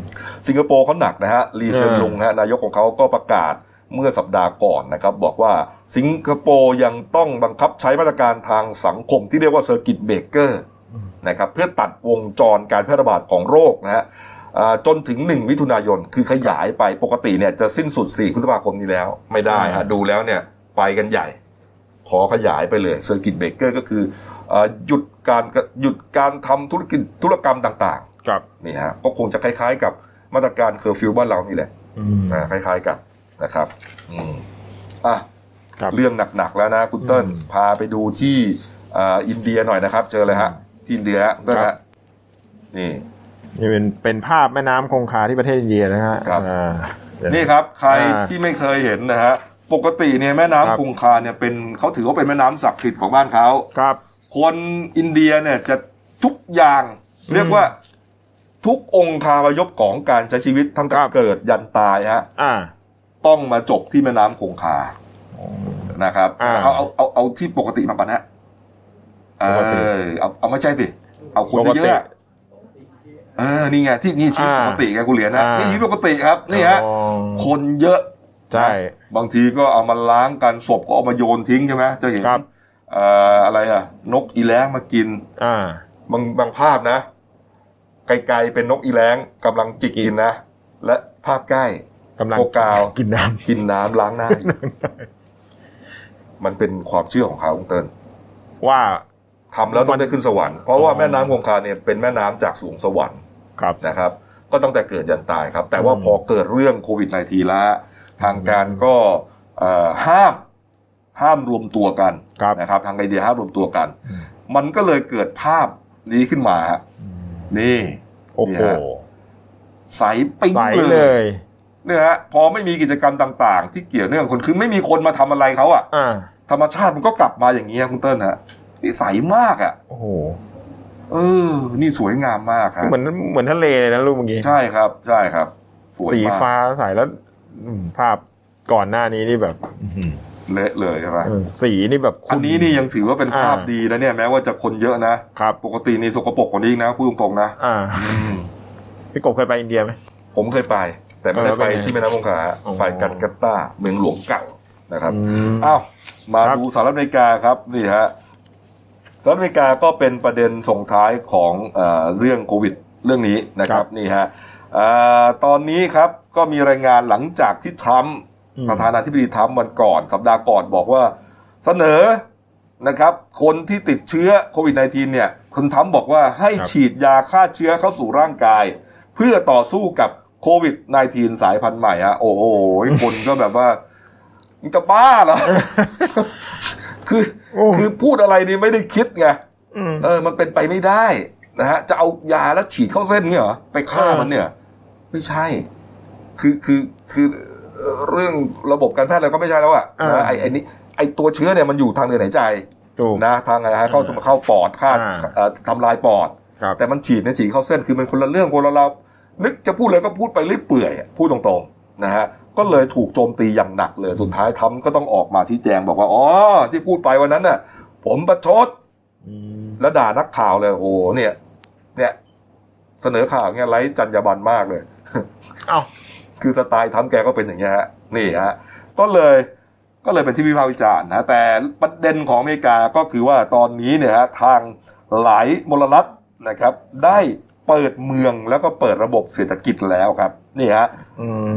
สิงคโปร์เขาหนักนะฮะลีเซนลุงฮะนายกของเขาก็ประกาศเมื่อสัปดาห์ก่อนนะครับ บอกว่าสิงคโปร์ยังต้องบังคับใช้มาตรการทางสังคมที่เรียกว่าเซอร์กิตเบเกอร์
อืม
นะครับเพื่อตัดวงจรการแพร่ระบาดของโรคนะฮะอ่าจนถึง 1 มิถุนายนคือขยายไปปกติเนี่ยจะสิ้นสุด 4 พฤษภาคมนี้แล้ว ไม่ได้ฮะดูแล้วเนี่ยไปกันใหญ่ ขอขยายไปเลยเซอร์กิตเบเกอร์ก็คืออ่าหยุดการหยุดการทำธุรกิจธุรกรรมต่าง ๆ
กับ
นี่ฮะก็คงจะคล้ายๆกับมาตรการเคอร์ฟิวบ้านเรานี่แหละ
อืม
นะคล้ายๆกันนะครับอืมอ่ะ
ครับ
เรื่องหนักๆแล้วนะคุณเติ้ล
อืม
พาไปดูที่อ่าอินเดียหน่อยนะครับ เจอเลยฮะ ที่อินเดียฮะคุณเติ้ล
ครั
ฮะ
บ
นี่
นี่เป็นเป็นภาพแม่น้ำคงคาที่ประเทศอินเดียนะฮะ
ครับ
อ่าเดี๋ยวะ
นี่ครับ ใคร
อ่า
ที่ไม่เคยเห็นนะฮะ ปกติเนี่ยแม่
ครั
น้ำ
บ
คงคาเนี่ยเป็นเขาถือว่าเป็นแม่น้ำศักดิ์สิทธิ์ของบ้านเขา
ครับ
คนอินเดียเนี่ยจะทุกอย่างเรียกว่าทุกองค์คาพยพของการใช้ชีวิตทั้งแต่
ครับ
เกิดยันตายฮะ
อ่า
ต้องมาจบที่แม่น้ำคงคา นะครับ
อ่า
เอาเอาเอาเอาที่ปกติมาก่อนนะเอ
ปกติ
อเอาเอาไม่ใช่สิ เอาคนเย
ปกติ
อะๆเออ นี่ไง ที่นี่ชีวิต
อ่า
ปกติไงคุณเหรียญนะ
อ่านี่
นี่ชีวิตปกติครับ นี่ฮะ
อ๋อ
คนเยอะ
ใช่
บางทีก็เอามาล้างกันศพก็เอามาโยนทิ้งใช่ไหมจะเห็น
ครับ
เอ่ออะไรอ่ะ นกอีแร้งมากิน
อ่า
บางบางภาพนะ ไกลๆเป็นนกอีแร้งกำลังจิกกินนะ และภาพใกล้
กำลัง
โกกาว
กินน้
กินน้ำล้างหน้าอยู่ [laughs] มันเป็นความเชื่อของเขาคุณเติ้ล
ำว่า
ทำแล้วต้องได้ขึ้นสวรรค์ เพราะว่าแม่น้ำคงคาเนี่ยเป็นแม่น้ำจากสูงสวรรค์
ครับ
นะครับ ก็ตั้งแต่เกิดยันตายครับ แต่ว่า
อืม
พอเกิดเรื่องโควิด -19 แล้วทางการก็เอ่อห้ามห้ามรวมตัวกัน
ครับ
นะครับ ทางไอเดียห้ามรวมตัวกัน
อืม
มันก็เลยเกิดภาพนี้ขึ้นมาฮะนี่
โอ้โห
เนี่ย ใสปิ๊ง
ใส
เล
เลย ย
เนี่ยฮะพอไม่มีกิจกรรมต่างๆ ที่เกี่ยวเนื่องกับคนคือไม่มีคนมาทำอะไรเขาอะ
อ่า
ธรรมชาติมันก็กลับมาอย่างนี้ยคุณเติ้ลฮะนี่ใสมากอ่ะ
โอ้โห
เออ นี่สวยงามมากครับ
เหมือนเหมือนทะเลเลยนะรูปเมื่อกี้
ใช่ครับ ใช่ครับ สวย
สี
มาก
ฟ้าใสแล้วอืมภาพก่อนหน้านี้นี่แบบ
เละเลยใช่ไหม
เออสีนี่แบบขุ่
อันนี้นี่ยังถือว่าเป็น
อ่า
ภาพดีนะเนี่ยแม้ว่าจะคนเยอะนะครับ ปกตินี่สกปรกกว่านี้อีกนะพูดตรงๆนะ
อ่า
อืม
พี่กบเคยไปอินเดียไหม
ผมเคยไป แต่ไม่ได้
เออ
ไป
เป็นไง
ที่แม่น้ำคงคา
อ๋อ
ไปกันกัตตาเมืองหลวงเก่านะครับ
ม
อ้าวมา
ครับ
ดูสหรัฐอเมริกาครับนี่ฮะสหรัฐอเมริกาก็เป็นประเด็นส่งท้ายของเออเรื่องโควิดเรื่องนี้นะครั
ครับ บ
นี่ฮะเอ่อตอนนี้ครับก็มีรายงานหลังจากที่ทรัมป์
อืม
ประธานาธิบดีทรัมป์วันก่อน สัปดาห์ก่อนบอกว่าเสนอ นะครับ คนที่ติดเชื้อโควิด -19 เนี่ยคุณทั้มป์บอกว่าให้
ครับ
ฉีดยาฆ่าเชื้อเข้าสู่ร่างกาย เพื่อต่อสู้กับโควิด -19 สายพันธุ์ใหม่ฮะโอ้โห คนก็แบบว่ามึงจะบ้าเหรอ [laughs] คือ
โอ้
คือพูดอะไรนี่ไม่ได้คิดไง
อืม
เออ มันเป็นไปไม่ได้นะฮะ จะเอายาแล้วฉีดเข้าเส้นเนี่ยเหรอ ไปฆ่ามันเนี่ย ไม่ใช่ คือคือคือเอ่อเรื่องระบบการแพทย์อะไรก็ไม่ใช่แล้วอะ
อ่า
นะไอ้ไอ้นี่ไอ้ตัวเชื้อเนี่ยมันอยู่ทางเดินหายใจ
ถูก
นะทางอะไรฮะเข้า
อ่า
เข้าปอดฆ่า
อ่า
เอ่อทำลายปอด
ครับ
แต่มันฉีดเนี่ยฉีดเข้าเส้นคือมันคนละเรื่องคนละเราวนึกจะพูดเลยก็พูดไปเรื่อยเปื่อยอะพูดตรงๆนะฮะก็เลยถูกโจมตีอย่างหนักเลยสุดท้ายทำก็ต้องออกมาชี้แจงบอกว่าอ๋อที่พูดไปวันนั้นน่ะ ผมประชด
อืม
แล้วด่านักข่าวเลย โอ้โหเนี่ย เนี่ย เสนอข่าวเนี่ยไร้จรรยาบรรณมากเลย
เอ้า
คือสไตล์ทำแกก็เป็นอย่างเงี้ยฮะนี่ฮะก็เลยก็เลยเป็นที่วิพากษ์วิจารณ์นะแต่ประเด็นของอเมริกาก็คือว่าตอนนี้เนี่ยฮะทางหลายมลรัฐนะครับ ได้เปิดเมืองแล้วก็เปิดระบบเศรษฐกิจแล้วครับนี่ฮะ
อืม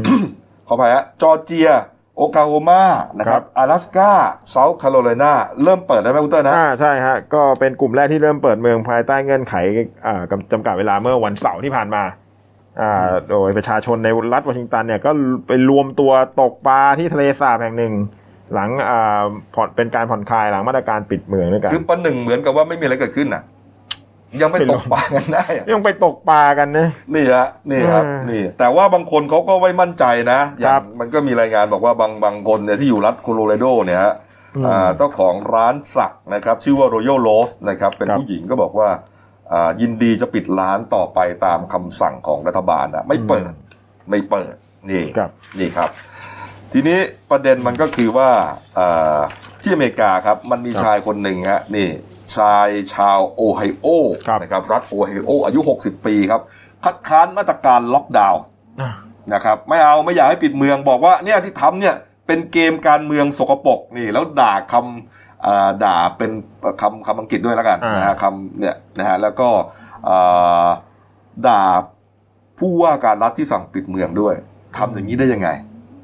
ขออภัยฮะจอร์เจีย โอคลาโฮมานะค
ครั
รับบ 阿拉斯กาเซาท์แคโรไลนาเริ่มเปิดได้ไหมคุณเตอร์นะ
อ่าใช่ฮะ ก็เป็นกลุ่มแรกที่เริ่มเปิดเมืองภายใต้เงื่อนไขอ่ากำจำกัดเวลาเมื่อวันเสาร์ที่ผ่านมาอ่าโดยประชาชนในรัฐวอชิงตันเนี่ยก็ไปรวมตัวตกปลาที่ทะเลสาบแห่งหนึ่ง หลังอ่าผ่อนเป็นการผ่อนคลายหลังมาตรการปิดเมืองด้วยกัน
คือประหนึ่งเหมือนกับว่าไม่มีอะไรเกิดขึ้นน่ะ ยังไม่
ไม่
ต
รู้
กปลากันได้อะ
ยังไปตกปลากันนะ
นี่ฮะนี่ครับ
อ่านี่
นี่ แต่ว่าบางคนเขาก็ไม่มั่นใจนะอย่า
ครั
ง
บ
มันก็มีรายงานบอกว่าบางบางคนเนี่ยที่อยู่รัฐโคโลราโดเนี่ยฮะ
อืม
อ่าเจ้าของร้านสักนะครับ ชื่อว่า Royal Rose นะครับ เป็น
ครับ
ผู้หญิงก็บอกว่าอ่ายินดีจะปิดร้านต่อไปตามคำสั่งของรัฐบาลนะไม่เปิด ไม่เปิดนี่
ครับ
นี่ครับ ทีนี้ประเด็นมันก็คือว่าเอ่อที่อเมริกาครับมันมี
ครับ
ชายคนหนึ่งฮะนี่ชายชาวโอไฮโอ
ครับ
นะครับรัฐโอไฮโออายุ 60 ปีครับ คัดค้านมาตรการล็อกดาวน์
อ่ะ
นะครับไม่เอาไม่อยากให้ปิดเมืองบอกว่าเนี่ยที่ทำเนี่ยเป็นเกมการเมืองสกปรกนี่แล้วด่าคำเอ่อด่าเป็นคำคำอังกฤษด้วยแล้วกันนะฮะคำเนี่ยนะฮะแล้วก็เอ่อด่าผู้ว่าการรัฐที่สั่งปิดเมืองด้วยทำอย่างนี้ได้ยังไง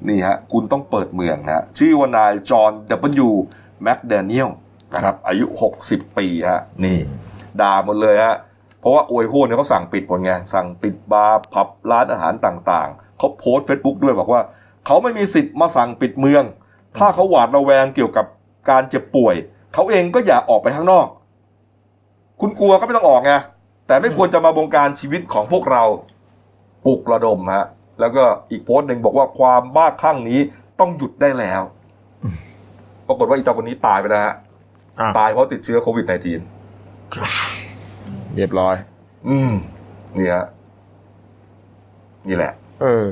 นี่ฮะคุณต้องเปิดเมืองนะฮะชื่อว่านายจอห์น W. McDaniel นะครับอายุ 60 ปีฮะนี่ด่าหมดเลยฮะเพราะว่าโอวยโฮเนี่ยเขาสั่งปิดหมดไงสั่งปิดบาร์ผับร้านอาหารต่างๆ เขาโพสต์ Facebook ด้วยบอกว่า เขาไม่มีสิทธิ์มาสั่งปิดเมือง ถ้าเขาหวาดระแวงเกี่ยวกับการเจ็บป่วย เขาเองก็อย่าออกไปข้างนอก คุณกลัวก็ไม่ต้องออกไงแต่ไม่ควรจะมาบงการชีวิตของพวกเรา ปลุกระดมฮะ แล้วก็อีกโพสต์หนึ่งบอกว่าความบ้าคลั่งนี้ต้องหยุดได้แล้ว ปรากฏว่าอีตาคนนี้ตายไปแล้วฮะ
อ่ะ
ตายเพราะติดเชื้อโควิด -19
เรียบร้อย
อืมนี่ฮะนี่แหละ
เออ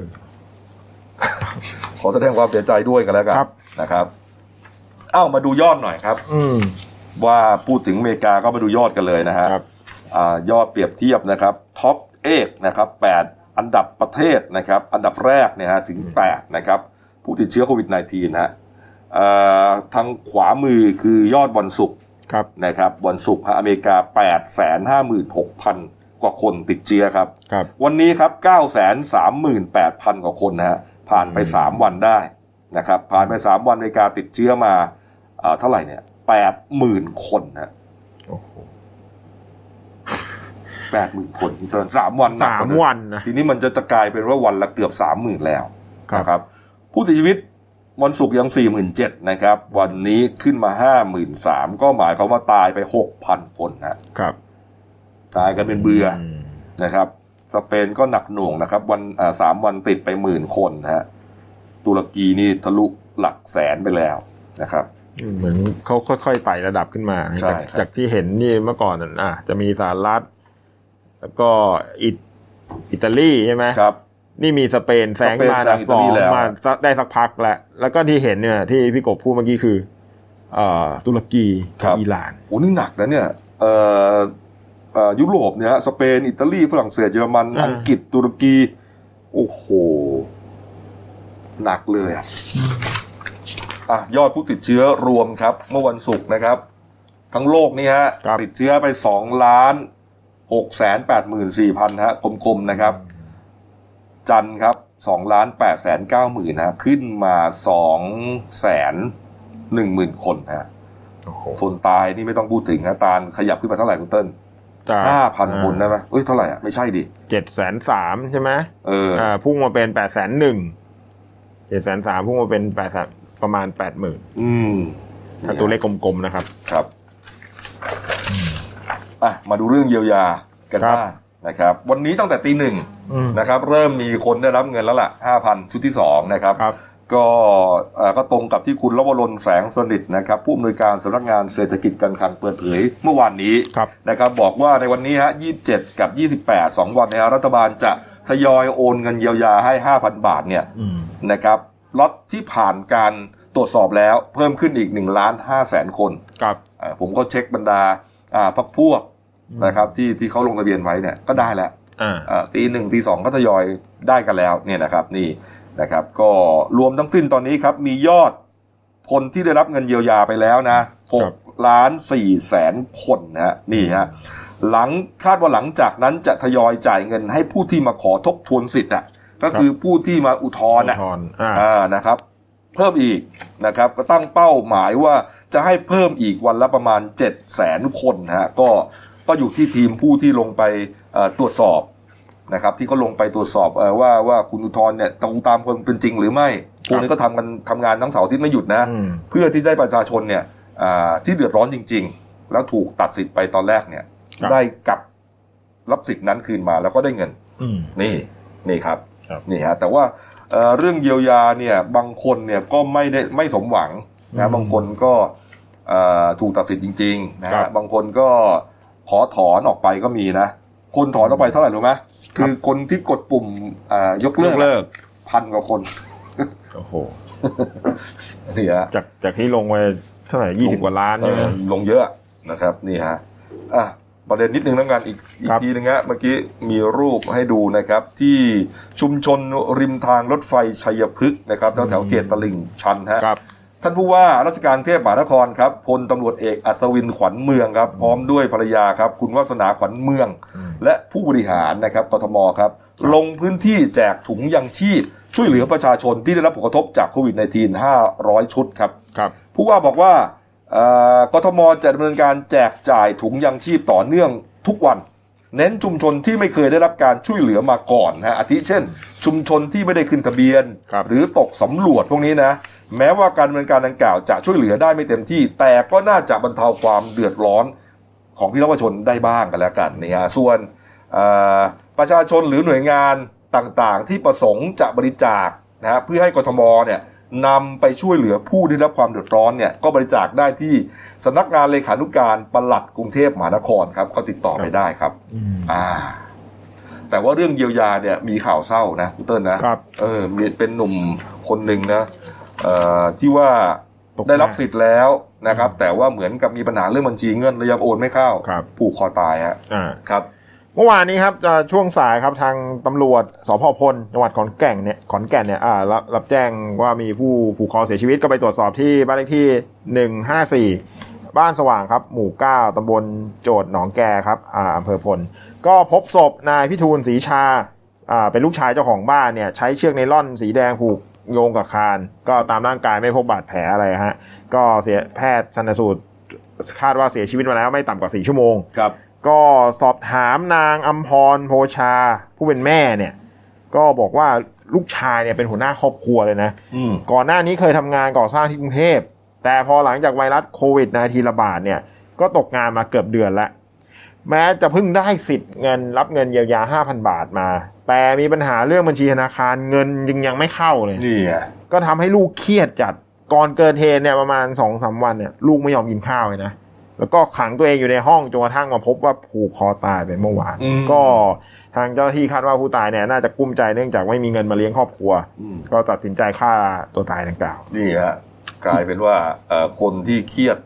ขอแสดงความเสียใจด้วยกันแล้วกัน
ครับ
นะครับ เอ้ามาดูยอดหน่อยครับ
อืม
ว่าพูดถึงอเมริกาก็มาดูยอดกันเลยนะฮะ
ครับ
อ่ายอดเปรียบเทียบนะครับท็อปเอกนะครับ8อันดับประเทศนะครับอันดับแรกเนี่ยฮะถึง8นะครับผู้ติดเชื้อโควิด -19 ฮะเอ่อทางขวามือคือยอดวันศุกร์
ครับ
นะครับวันศุกร์ฮะอเมริกา 8 5 6 0 0 0 กว่าคนติดเชื้อครับ
ครับ
วันนี้ครับ 9 3 8 0 0 0 กว่าคนนะฮะผ่านไป
อืม
3 วันได้นะครับผ่านไป 3 วันอเมริกาติดเชื้อมาเอ่อเท่าไหร่เนี่ย80,000 คนฮะ
โอ้โห
80,000 คนตอนสามวันหนั
สาก
ก
ม
เดิ
วันนะ
ทีนี้มันจะตะกลายเป็นว่าวันละเกือบสามหมื่นแล้ว
ครับ
นะครับ ผู้เสียชีวิตวันศุกร์ยังสี่หมื่นเจ็ดนะครับ วันนี้ขึ้นมาห้าหมื่นสามก็หมายความว่าตายไปหกพันคนนะครับตายกันเป็นเบื่ออ
ม
นะครับ สเปนก็หนักหน่วงนะครับ วันอ่าสามวันติดไปหมื่นคนนะฮะตุรกีนี่ทะลุหลักแสนไปแล้วนะครับ
เหมือนเขาค่อยๆไต่ระดับขึ้นมา
ใช่
จาก
ครับ
จากที่เห็นนี่เมื่อก่อนน่ะอ่ะจะมีสหรัฐแล้วก็อิตอิตาลีใช่ไหม
ครับ
นี่มีสเปนแซง
สเปน
มา
แซ
ดั
ง
บ
อิ
ส
ตา
อ
ลี
ง
แล้ว
มาสักได้สักพักแล้วแล้วก็ที่เห็นเนี่ย ที่พี่กบพูดเมื่อกี้คือ เอ่อตุรกีกับอิหร่าน
โอ้นี่หนักนะเนี่ยเอ่อเอ่อยุโรปเนี่ยฮะสเปน อิตาลี ฝรั่งเศส เยอรมัน
อ่า
อังกฤษ ตุรกี โอ้โห หนักเลยอะอ่ะ ยอดผู้ติดเชื้อรวมครับ เมื่อวันศุกร์นะครับ ทั้งโลกนี่ฮะ
ครับ
ติดเชื้อไปสองล้านหกแสนแปดหมื่นสี่พันฮะกลมๆนะครับ จันทร์ครับสองล้านแปดแสนเก้าหมื่นฮะขึ้นมาสองแสนหนึ่งหมื่นคนฮะ
โอ้โห
ส่วนตายนี่ไม่ต้องพูดถึงฮะตาลขยับขึ้นมาเท่าไหร่คุณเติ้ลห้าพันคนได้ไหมเอ้ยเท่าไหร่อ่ะไม่ใช่ดิ
เจ็ดแสนสามใช่ไหม
เออ
อ่าพุ่งมาเป็นแปดแสนหนึ่งเจ็ดแสนสามพุ่งมาเป็นแปดแสนประมาณแปดหมื่น
อืม
ตัวเลขกลมๆนะครับ
ครับ อ่ะ มาดูเรื่องเยียวยากัน
ครับ
บ้างนะครับ วันนี้ตั้งแต่ตีหนึ่ง
อืม
นะครับ เริ่มมีคนได้รับเงินแล้วล่ะห้าพันชุดที่สองนะครับ
ครับ
ก็เอ่อก็ตรงกับที่คุณลวรนแสงสนิทนะครับ ผู้อำนวยการสำนักงานเศรษฐกิจการคลังเปิดเผยเมื่อวานนี้
ครับ
นะครับบอกว่าในวันนี้ฮะ27 กับ 28สองวันนะฮะรัฐบาลจะทยอยโอนเงินเยียวยาให้ 5,000 บาทเนี่ย
อืม
นะครับล็อตที่ผ่านการตรวจสอบแล้วเพิ่มขึ้นอีก1ล้าน5แสนคน
ครับ
อ่าผมก็เช็คบรรดาอ่าพักพวกนะครับที่ที่เขาลงทะเบียนไว้เนี่ยก็ได้แล้ว
อ่า
อ่าตีหนึ่งตีสองก็ทยอยได้กันแล้วเนี่ยนะครับนี่นะครับก็รวมทั้งสิ้นตอนนี้ครับมียอดคนที่ได้รับเงินเยียวยาไปแล้วนะ6ล้าน4แสนคนนะฮะนี่ฮะหลังคาดว่าหลังจากนั้นจะทยอยจ่ายเงินให้ผู้ที่มาขอทบทวนสิทธิ์อ่ะก็คือผู้ที่มาอุทธรณ์อ่ะ
ทอนอ่า
อ่านะครับเพิ่มอีกนะครับก็ตั้งเป้าหมายว่าจะให้เพิ่มอีกวันละประมาณ 7 0 0 0 0 0 คนนะฮะก็ก็อยู่ที่ทีมผู้ที่ลงไปเอ่อตรวจสอบนะครับที่เขาลงไปตรวจสอบเอ่อว่าว่าคุณอุทธรณ์เนี่ยตรงตามความเป็นจริงหรือไม่พวกนี้ก็ทำกันทำงานทั้งเสาร์อาที่ไม่หยุดนะ
อืม
เพื่อที่ได้ประชาชนเนี่ยอ่าที่เดือดร้อนจริง ๆ แล้วถูกตัดสิทธิ์ไปตอนแรกเนี่ยได้กลับรับสิทธิ์นั้นคืนมาแล้วก็ได้เงิน
อืม
นี่นี่ครับ
ครับ
นี่ฮะแต่ว่าเอ่อเรื่องเยียวยาเนี่ยบางคนเนี่ยก็ไม่ได้ไม่สมหวัง
อื
นะ
ม
บางคนก็เอ่อถูกตัดสิทธิ์จริงๆนะ
ครับบ
ฮะางคนก็ขอถอนออกไปก็มีนะ คนถอนออกไปเท่าไหร่รู้ไหม
ครับ
คือคนที่กดปุ่มเอ่อยก
ย
เลิ
ก
ก
เลิก
พันกว่าคน
โอ้โห
นี่ฮะ
จากจากที่ลงไปเท่าไหร่ยี่สิบกว่าล้าน
เอ
ใช่ไหม
อลงเยอะนะครับนี่ฮะอ่ะประเด็นนิดนึงแล้วกันอีกอีก
ครับ
ทีนึงฮะเมื่อกี้มีรูปให้ดูนะครับ ที่ชุมชนริมทางรถไฟชัยพฤกษ์นะครับแถวแถวๆเขตตลิ่งชันฮะ
ครับ
ท่านผู้ว่าราชการกรุงเทพมหานครครับพลตำรวจเอกอัศวินขวัญเมืองครับ พร้อมด้วยภรรยาครับ คุณวัสนาขวัญเมือง
อืม
และผู้บริหารนะครับกทมครับ ลงพื้นที่แจกถุงยังชีพ ช่วยเหลือประชาชนที่ได้รับผลกระทบจากโควิด -19 500 ชุดครับ
ครับ
ผู้ว่าบอกว่าเอ่อกทมจะดำเนินการแจกจ่ายถุงยังชีพต่อเนื่องทุกวัน เน้นชุมชนที่ไม่เคยได้รับการช่วยเหลือมาก่อนนะฮะอาทิเช่น ชุมชนที่ไม่ได้ขึ้นทะเบียน
ครับ
หรือตกสำรวจพวกนี้นะ แม้ว่าการดำเนินการดังกล่าวจะช่วยเหลือได้ไม่เต็มที่ แต่ก็น่าจะบรรเทาความเดือดร้อนของพี่น้องประชาชนได้บ้างกันแล้วกันนะฮะส่วนเอ่อประชาชนหรือหน่วยงานต่างๆ ที่ประสงค์จะบริจาคนะฮะเพื่อให้กทมเนี่ยนำไปช่วยเหลือผู้ได้รับความเดือดร้อนเนี่ยก็บริจาคได้ที่สำนักงานเลขานุการปลัดกรุงเทพมหานครครับก็ติดต่อไปได้ครับ
อืม
อ่า แต่ว่าเรื่องเยียวยาเนี่ยมีข่าวเศร้านะคุณเติ้ลนะครับ เออมีเป็นหนุ่มคนหนึ่งนะเอ่อที่ว่า
ตก
ได้รับ
งาน
สิทธิ์แล้วนะครับ แต่ว่าเหมือนกับมีปัญหาเรื่องบัญชีเงินเลยยังโอนไม่เข้า
ครับ
ผูกคอตายฮะ
อ่า
ครับ
เมื่อวานนี้ครับเอ่อช่วงสายครับทางตำรวจสพพลจังหวัดขอนแก่นเนี่ยขอนแก่นเนี่ยอ่ารับรับแจ้งว่ามีผู้ผูกคอเสียชีวิตก็ไปตรวจสอบที่บ้านเลขที่ 154 บ้านสว่างครับ หมู่ 9ตำบลโจดหนองแกครับอ่าอำเภอพล ก็พบศพนายพิทูลศรีชาอ่าเป็นลูกชายเจ้าของบ้านเนี่ยใช้เชือกไนล่อนสีแดงผูกโยงกับคาน ก็ตามร่างกายไม่พบบาดแผลอะไรฮะก็เสียแพทย์ชันสูตรคาดว่าเสียชีวิตมาแล้วไม่ต่ำกว่า 4 ชั่วโมง
ครับ
ก็สอบถามนางอัมพรโพชา ผู้เป็นแม่เนี่ย ก็บอกว่าลูกชายเนี่ยเป็นหัวหน้าครอบครัวเลยนะ
อืม
ก่อนหน้านี้เคยทำงานก่อสร้างที่กรุงเทพ แต่พอหลังจากไวรัสโควิด -19 ระบาดเนี่ย ก็ตกงานมาเกือบเดือนละ แม้จะเพิ่งได้สิทธิ์เงินรับเงินเยียวยา 5,000 บาทมา แต่มีปัญหาเรื่องบัญชีธนาคารเงินยังยังไม่เข้าเลย
นี่ไง
ก็ทำให้ลูกเครียดจัด ก่อนเกิดเหตุเนี่ยประมาณสองสามวันเนี่ยลูกไม่ยอมกินข้าวเลยนะ แล้วก็ขังตัวเองอยู่ในห้องจนกระทั่งมาพบว่าผูกคอตายไปเมื่อวาน
อืม
ก็ทางเจ้าหน้าที่คาดว่าผู้ตายเนี่ยน่าจะกลุ้มใจเนื่องจากไม่มีเงินมาเลี้ยงครอบครัว
อืม
ก็ตัดสินใจฆ่าตัวตายดังกล่าว
นี่ฮะกลายเป็นว่าเอ่อคนที่เครียด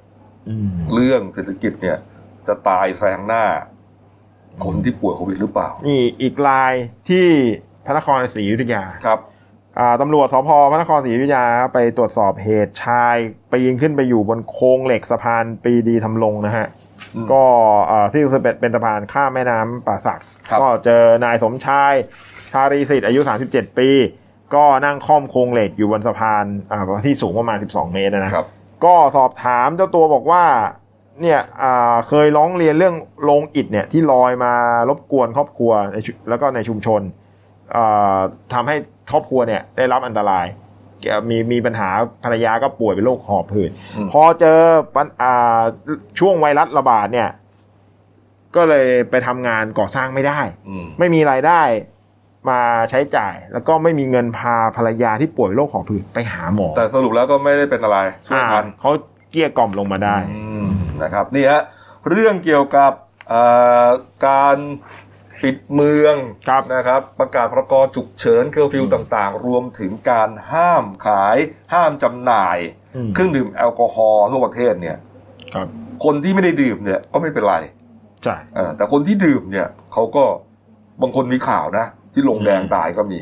เรื่องเศรษฐกิจเนี่ย จะตายแซงหน้า คนที่ป่วยโควิดหรือเปล่า
นี่อีกลายที่พระนครศรีอยุธยา
ครับ
อ่าตำรวจสพพระนครศรีอยุธยาไปตรวจสอบเหตุชายปีนขึ้นไปอยู่บนโครงเหล็กสะพานปรีดีทำลงนะฮะ
อืม
ก็เอ่อที่เป็นเป็นสะพานข้ามแม่น้ำป่าสัก
ครับ
ก็เจอนายสมชายชารีสิทธิ์อายุ 37 ปี ก็นั่งค่อมโครงเหล็กอยู่บนสะพานอ่าที่สูงประมาณ 12 เมตรนะนะ
ครับ
ก็สอบถามเจ้าตัวบอกว่าเนี่ยอ่าเคยร้องเรียนเรื่องโรงอิฐเนี่ยที่ลอยมารบกวนครอบครัวในชุแล้วก็ในชุมชนอ่าทำให้ครอบครัวเนี่ยได้รับอันตรายเอ่อมีมีปัญหาภรรยาก็ป่วยเป็นโรคหอบหืด
อืม
พอเจอปัญอ่าช่วงไวรัสระบาดเนี่ยก็เลยไปทำงานก่อสร้างไม่ได้
อืม
ไม่มีรายได้มาใช้จ่าย แล้วก็ไม่มีเงินพาภรรยาที่ป่วยโรคหอบหืดไปหาหมอ
แต่สรุปแล้วก็ไม่ได้เป็นอะไรช่วยทัน
อ่าเขาเกลี้ยกล่อมลงมาได้
อืมนะครับนี่ฮะเรื่องเกี่ยวกับเอ่อการปิดเมือง
ครับ
นะครับ ประกาศพรกฉุกเฉินเคอร์ฟิวต่างๆ รวมถึงการห้ามขายห้ามจำหน่าย
อืม
เครื่องดื่มแอลกอฮอล์ทั่วประเทศเนี่ย
ครับ
คนที่ไม่ได้ดื่มเนี่ยก็ไม่เป็นไร
ใช่
เออแต่คนที่ดื่มเนี่ยเขาก็บางคนมีข่าวนะ ที่ลงแดง
อืม
ตายก็มี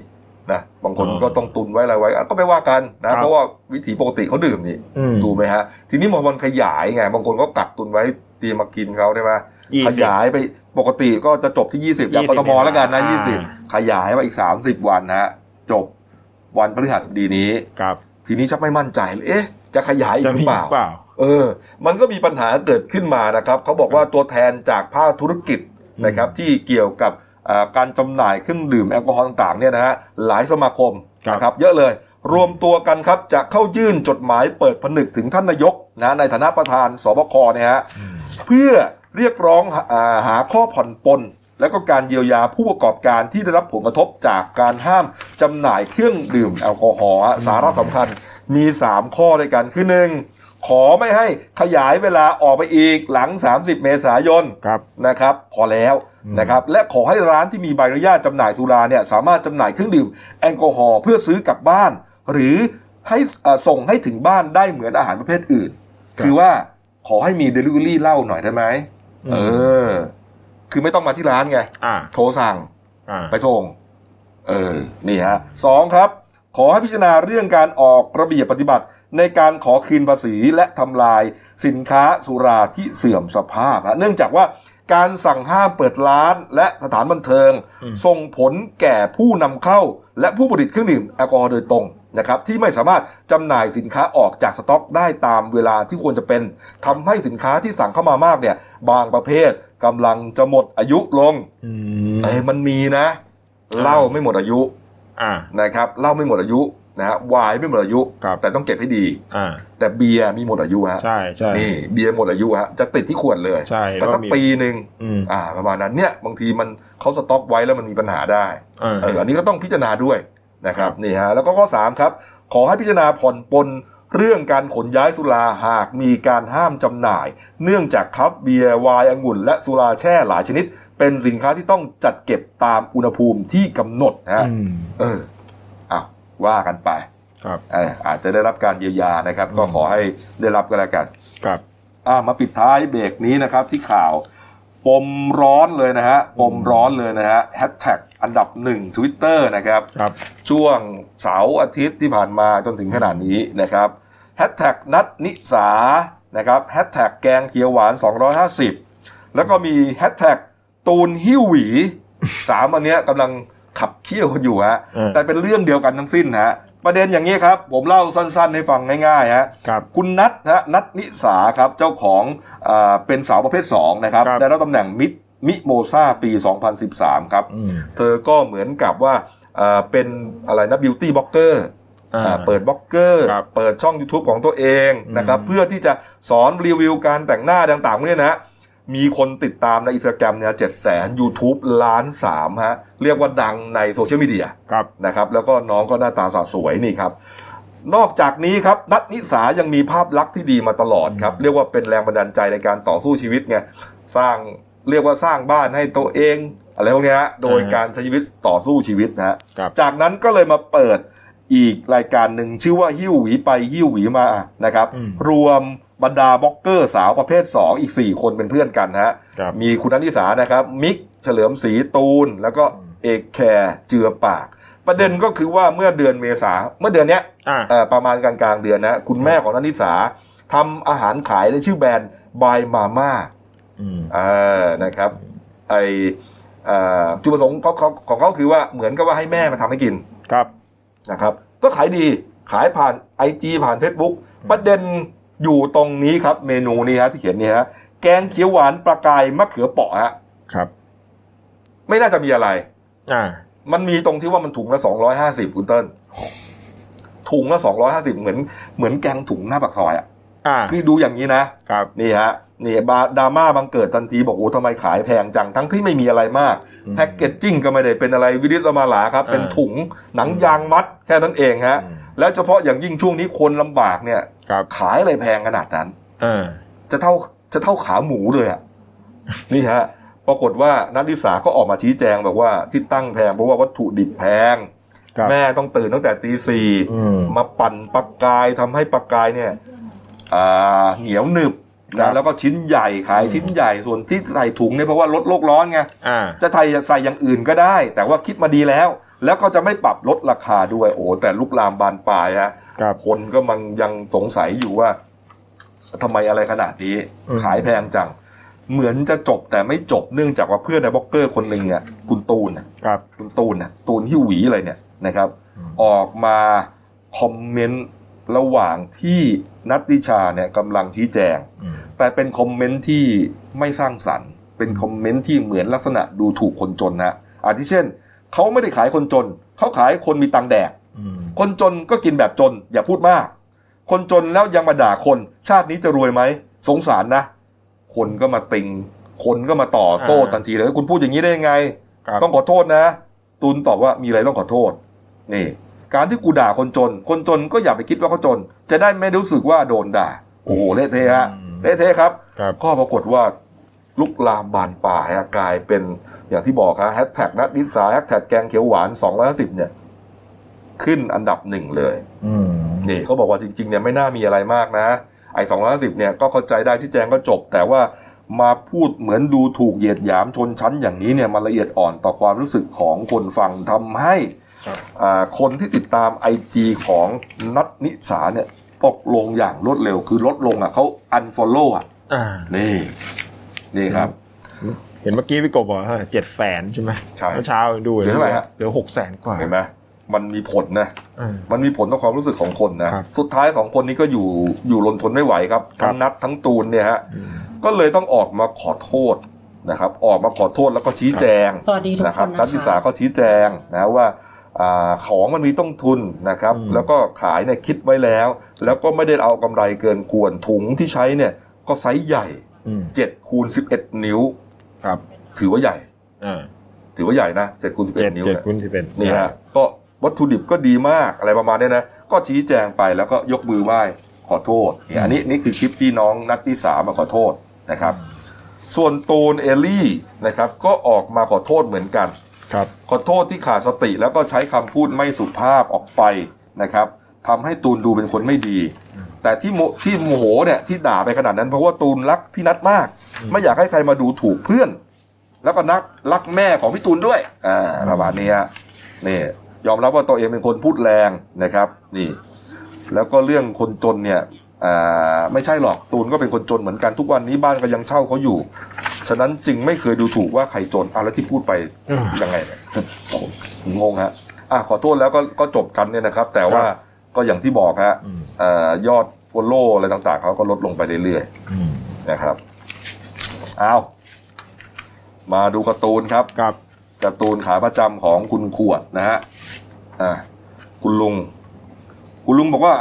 นะบางคน
อ๋อ
ก็ต้องตุนไว้อะไรไว้อ่ะก็ไม่ว่ากัน
ครั
นะ
บ
เพราะว่าวิถีปกติเขาดื่มนี่
อืม
ถูกไหมฮะ ทีนี้มันขยายไง บางคนก็กักตุนไว้เตรียมมากินเขาได้ไหม
ยี่
ข
สิบ
ยายไปปกติก็จะจบที่ 20อย่าง
20
กทมแล้วกันนะ
อ่า
20 ขยายมาอีก 30 วันนะฮะจบวันพฤหัสบดีนี้
ครับ
ทีนี้ชักไม่มั่นใจเลยเอ๊ะ จะขยายอีก
จะ
หรื
มี
อเปล่า
เปล่า
เออ มันก็มีปัญหาเกิดขึ้นมานะครับ เขาบอกว่าตัวแทนจากภาคธุรกิจนะครับ ที่เกี่ยวกับอ่าการจำหน่ายเครื่องดื่มแอลกอฮอล์ต่างๆเนี่ยนะฮะหลายสมาคม
ครับ
นะครับ เยอะเลย รวมตัวกันครับ จะเข้ายื่นจดหมายเปิดผนึกถึงท่านนายกนะในฐานะประธานสบคเนี่ยฮะเพื่อเรียกร้องอ่าหาข้อผ่อนปลนและก็การเยียวยาผู้ประกอบการที่ได้รับผลกระทบจากการห้ามจำหน่ายเครื่องดื่มแอลกอฮอล์ฮะสาระสำคัญมี 3 ข้อด้วยกันคือหนึ่ง ขอไม่ให้ขยายเวลาออกไปอีกหลัง 30 เมษายน
ครับ
นะครับ พอแล้ว
อืม
นะครับ และขอให้ร้านที่มีใบอนุญาตจำหน่ายสุราเนี่ยสามารถจำหน่ายเครื่องดื่มแอลกอฮอล์เพื่อซื้อกลับบ้าน หรือให้เอ่อส่งให้ถึงบ้านได้เหมือนอาหารประเภทอื่น คือว่าขอให้มีเดลิเวอรี่เหล้าหน่อยได้ไหมเออ คือไม่ต้องมาที่ร้านไง
อ่า
โทรสั่ง
อ่า
ไปส่งเออ นี่ฮะสองครับ ขอให้พิจารณาเรื่องการออกระเบียบปฏิบัติในการขอคืนภาษีและทำลายสินค้าสุราที่เสื่อมสภาพนะเนื่องจากว่าการสั่งห้ามเปิดร้านและสถานบันเทิง ส่งผลแก่ผู้นำเข้า และผู้ผลิตเครื่องดื่มแอลกอฮอล์โดยตรงนะครับ ที่ไม่สามารถจำหน่ายสินค้าออกจากสต็อกได้ตามเวลาที่ควรจะเป็นทำให้สินค้าที่สั่งเข้ามามากเนี่ย บางประเภทกำลังจะหมดอายุลง
อืม
เอ้ยมันมีนะ
อ่า
เหล้าไม่หมดอายุ
อ่า
นะครับเหล้าไม่หมดอายุนะฮะไวน์ไม่หมดอายุ
ครับ
แต่ต้องเก็บให้ดี
อ่า
แต่เบียร์มีหมดอายุฮะ
ใช่ใช่
นี่เบียร์หมดอายุฮะจะติดที่ขวดเลย
ใช่
แต่สัก
มี
ปีหนึ่ง
อืม
อ่า ประมาณนั้นเนี่ยบางทีมันเขาสต็อกไว้แล้วมันมีปัญหาได้
อ่า
เอออันนี้ก็ต้องพิจารณาด้วยนะครับ
ครับ
นี่ฮะแล้วก็ข้อสามครับ ขอให้พิจารณาผ่อนปลนเรื่องการขนย้ายสุราหากมีการห้ามจำหน่าย เนื่องจากคราฟต์เบียร์ไวน์องุ่น และสุราแช่หลายชนิด เป็นสินค้าที่ต้องจัดเก็บตามอุณหภูมิที่กำหนดนะฮะ
อืม
เอออ่ะว่ากันไป
ครับ
เอออาจจะได้รับการเยียวยานะครับ ก็
อืม
ขอให้ได้รับกันแล้วกัน
ครับ
อ่ะมาปิดท้ายเบรกนี้นะครับที่ข่าว ปมร้อนเลยนะฮะ ปมร้อนเลยนะฮะแฮชแท็กอันดับหนึ่งทวิตเตอร์นะครับ
ครับ
ช่วงเสาร์อาทิตย์ที่ผ่านมาจนถึงขนาดนี้นะครับแฮชแท็กนัดนิสานะครับแฮชแท็กแกงเขียวหวาน 250 แล้วก็มีแฮชแท็กตูนหิ้วหวี สามอันเนี้ยกำลังขับเคี่ยวกันอยู่ฮะ
เออ
แต่เป็นเรื่องเดียวกันทั้งสิ้นฮะประเด็นอย่างนี้ครับ ผมเล่าสั้นๆให้ฟังง่ายๆฮะ
ครับ
คุณนัทนะฮะนัทนิสาครับเจ้าของเอ่อเป็นสาวประเภท 2 นะครับ
ครับ
ได้รับตำแหน่งมิดมิโมซาปี 2013 ครับ
อืม
เธอก็เหมือนกับว่าเอ่อเป็นอะไรนะบิวตี้บล็อกเกอร์
อ่า
เปิดบล็อกเกอร์
ครับ
เปิดช่อง YouTube ของตัวเองนะครับ
อืม
เพื่อที่จะสอนรีวิวการแต่งหน้าต่างๆพวกเนี่ยนะฮะมีคนติดตามในอินสตาแกรมเนี่ยเจ็ดแสนยูทูบล้านสามฮะเรียกว่าดังในโซเชียลมีเดีย
ครับ
นะครับแล้วก็น้องก็หน้าตาสาสวยนี่ครับ นอกจากนี้ครับนัทนิสายังมีภาพลักษณ์ที่ดีมาตลอดครับ เรียกว่าเป็นแรงบันดาลใจในการต่อสู้ชีวิตไงสร้างเรียกว่าสร้างบ้านให้ตัวเองอะไรพวกเนี้ยฮะโดยการใช้ชีวิตต่อสู้ชีวิตนะฮะ
ครับ
จากนั้นก็เลยมาเปิดอีกรายการหนึ่งชื่อว่าหิ้วหวีไปหิ้วหวีมานะครับ
อืม
รวมบรรดาบล็อกเกอร์สาวประเภท 2 อีก 4 คนเป็นเพื่อนกันนะฮะ
ครับ
มีคุณนันทิสานะครับ มิกเฉลิมศรีตูน แล้วก็
อืม
เอกแคร์เจือปาก ประเด็นก็คือว่าเมื่อเดือนเมษาเมื่อเดือนเนี้ย
อ่า
เอ่อประมาณกลางๆเดือนนะ คุณแม่ของนันทิสาทำอาหารขายในชื่อแบรนด์บายมาม่า
อืม
อ่านะครับไอเอ่อจุดประสงค์ของเขาของเขาคือว่าเหมือนกับว่าให้แม่มาทำให้กิน
ครับ
นะครับก็ขายดีขายผ่าน IG ผ่าน Facebook ประเด็น อยู่ตรงนี้ครับเมนูนี้ฮะที่เขียนนี่ฮะแกงเขียวหวานปลากายมะเขือเปาะฮะ
ครับ
ไม่น่าจะมีอะไร
อ่า
มันมีตรงที่ว่ามันถุงละสองร้อยห้าสิบคุณเติ้ลถุงละสองร้อยห้าสิบเหมือนเหมือนแกงถุงหน้าปากซอยอ่ะ
อ่า
คือดูอย่างนี้นะ
ครับ
นี่ฮะนี่บาดราม่าบังเกิดทันทีบอกโอ้ทำไมขายแพงจังทั้งที่ไม่มีอะไรมาก
อืม
แพ็กเกจจิ้งก็ไม่ได้เป็นอะไรวิลิสมาหลาครับ
อ่า
เป็นถุงหนังยางมัดแค่นั้นเองฮะ
อืม
แล้วเฉพาะอย่างยิ่งช่วงนี้คนลำบากเนี่ย
ครับ
ขายอะไรแพงขนาดนั้น
อ่า
จะเท่าจะเท่าขาหมูเลย
[laughs]
อะ นี่ฮะปรากฏว่านัทลิสาก็ออกมาชี้แจงบอกว่าที่ตั้งแพงเพราะว่าวัตถุดิบแพง
ครับ
แม่ต้องตื่นตั้งแต่ตีสี่
อืม
มาปั่นปลากายทำให้ปลากายเนี่ยอ่าเหนียวหนึบ
ครั
นะ
บ
แล้วก็ชิ้นใหญ่ขาย
อืม
ชิ้นใหญ่ส่วนที่ใส่ถุงเนี่ยเพราะว่าลดโลกร้อนไง
อ่า
จะใส่ใส่อย่างอื่นก็ได้ แต่ว่าคิดมาดีแล้ว แล้วก็จะไม่ปรับลดราคาด้วยโอ้แต่ลุกลามบานปลายฮะ
ครับ
คนก็มันยังสงสัยอยู่ว่าทำไมอะไรขนาดนี้
อืม
ขายแพงจัง เหมือนจะจบแต่ไม่จบเนื่องจากว่าเพื่อนในบล็อกเกอร์คนหนึ่งเนี่ยคุณตูนน่ะ
ครับ
คุณตูนน่ะตูนที่หวีอะไรเนี่ยนะครับ
อืม
ออกมาคอมเมนต์ระหว่างที่นัตติชาเนี่ยกำลังชี้แจง
อืม
แต่เป็นคอมเมนต์ที่ไม่สร้างสรรค์ เป็นคอมเมนต์ที่เหมือนลักษณะดูถูกคนจนนะอาทิเช่นเขาไม่ได้ขายคนจนเขาขายคนมีตังค์แดก
อืม
คนจนก็กินแบบจน อย่าพูดมาก คนจนแล้วยังมาด่าคน ชาตินี้จะรวยไหม สงสารนะ คนก็มาติง คนก็มาต่อโต้ทันทีเลยคุณพูดอย่างนี้ได้ยังไง
ครับ
ต้องขอโทษนะ ตูนตอบว่ามีอะไรต้องขอโทษ นี่ การที่กูด่าคนจน คนจนก็อย่าไปคิดว่าเขาจน จะได้ไม่รู้สึกว่าโดนด่า โอ้โหเละเทะฮะเละเทะครับ
ครับ
ก็ปรากฏว่าลุกลามบานป่ายฮะกลายเป็นอย่างที่บอกฮะแฮชแท็กนัดนิสาแฮชแท็กแกงเขียวหวาน250เนี่ย ขึ้นอันดับหนึ่งเลย
อืม
นี่เขาบอกว่าจริงๆเนี่ยไม่น่ามีอะไรมากนะ ไอ้250เนี่ยก็เข้าใจได้ชี้แจงก็จบ แต่ว่ามาพูดเหมือนดูถูกเหยียดหยามชนชั้นอย่างนี้เนี่ยมันละเอียดอ่อนต่อความรู้สึกของคนฟังทำให้
ครับ
อ่าคนที่ติดตามไอจีของนัดนิสาเนี่ยตกลงอย่างรวดเร็วคือลดลงอ่ะเขาอันฟอลโล่อ่ะ
อ่า
นี่ นี่ครับ
เห็นเมื่อกี้พี่กบบอกว่าเจ็ดแสนใช่ไหม
ใช่
เมื่อเช้าดู
เหลือเท่าไหร่ฮะ
เหลือหกแสนกว่า
เห็นไหมมันมีผลนะ
อ่า
มันมีผลต่อความรู้สึกของคนนะ
ครับ
สุดท้ายสองคนนี้ก็อยู่อยู่ลนทนไม่ไหวครับ
ค
ทั้
รับ
งนัดทั้งตูนเนี่ยฮะ
อืม
ก็เลยต้องออกมาขอโทษนะครับ ออกมาขอโทษแล้วก็ชี้แจง
สวัสดีทุก
นะค
ครับ น
นัท
นะ
ธิสา
คะ
ก็ชี้แจงนะว่าอ่าของมันมีต้นทุนนะครับ
อืม
แล้วก็ขายเนี่ยคิดไว้แล้ว แล้วก็ไม่ได้เอากำไรเกินควรถุงที่ใช้เนี่ยก็ไซส์ใหญ่
อืม
7คูณ11 นิ้ว
ครับ
ถือว่าใหญ่
อ่า
ถือว่าใหญ่นะ7คูณ
เจ็ด
11นิ้ว
เจ็ด
เนี่ย
คุณที่เป็น
นี่ฮะก็วัตถุดิบก็ดีมากอะไรประมาณเนี้ยนะ ก็ชี้แจงไปแล้วก็ยกมือไหว้ขอโทษเนี่ยอันนี้นี่คือคลิปที่น้องนัทที่สามาขอโทษนะครับ ส่วนตูนเอลลี่นะครับ ก็ออกมาขอโทษเหมือนกัน
ครับ
ขอโทษที่ขาดสติแล้วก็ใช้คำพูดไม่สุภาพออกไปนะครับทำให้ตูนดูเป็นคนไม่ดี แต่ที่โมที่โมโหเนี่ยที่ด่าไปขนาดนั้นเพราะว่าตูนรักพี่นัทมาก ไม่อยากให้ใครมาดูถูกเพื่อน แล้วก็นักรักแม่ของพี่ตูนด้วยอ่าประมาณนี้ฮะนี่ยอมรับว่าตัวเองเป็นคนพูดแรงนะครับ นี่ แล้วก็เรื่องคนจนเนี่ยอ่าไม่ใช่หรอกตูนก็เป็นคนจนเหมือนกันทุกวันนี้บ้านก็ยังเช่าเขาอยู่ ฉะนั้นจึงไม่เคยดูถูกว่าใครจนอ่ะแล้วที่พูดไป
อ่า
ยังไงเนี่ยผมงงฮะอ่ะขอโทษแล้วก็ก็จบกันเนี่ยนะครับ แต่ว่า
ครับ
ก็อย่างที่บอกฮะ
อืม
เอ่อยอดฟ o ลโล่อะไรต่างๆเขาก็ลดลงไปเรื่อย
อืม
ๆนะครับเอามาดูการ์ตูนครับ
ครับ
การ์ตูนขาประจำของคุณขวดนะฮะอ่ะคุณลุง คุณลุงบอกว่า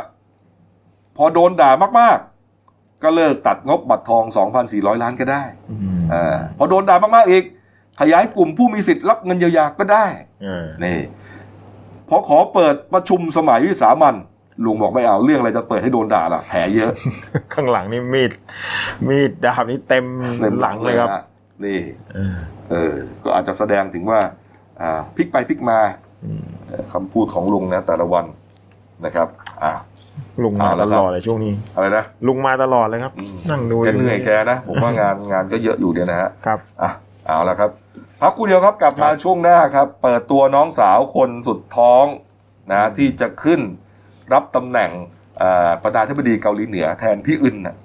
พอโดนด่ามากๆ ก็เลิกตัดงบบัตรทอง 2,400 ล้านก็ได้
อืม
อ่าพอโดนด่ามากๆอีก ขยายกลุ่มผู้มีสิทธิ์รับเงินเยียวยาก็ได้
อ่า
นี่พอขอเปิดประชุมสมัยวิสามันลุงบอกไม่เอาเรื่องอะไรจะเปิดให้โดนด่าล่ะแผลเยอะ
ข้างหลังนี่มีด มีดดาบนี่เต็ม [laughs] หลังเลยครับ
นะนี่
เออ
เออ ก็อาจจะแสดงถึงว่า อ่าพลิกไปพลิกมา
อืม
เอ่อคำพูดของลุงนะแต่ละวันนะครับ อ่า
ลุงมา
เอา
ต
ละครับ
ลอดเลยช่วงนี้
อะไรนะ
ลุงมาตลอดเลยครับ
อืม
นั่งดู
แกเหนื่อยแกนะ ผมว่างานงานก็เยอะอยู่เนี่ยนะฮะ
ครับ
อ่ะเอาละครับพักครู่เดียวครับกลับมา
ครับ
ช่วงหน้าครับ เปิดตัวน้องสาวคนสุดท้องนะที่จะขึ้นรับตำแหน่งเอ่อประธานาธิบดีเกาหลีเหนือแทนพี่อึนน่ะ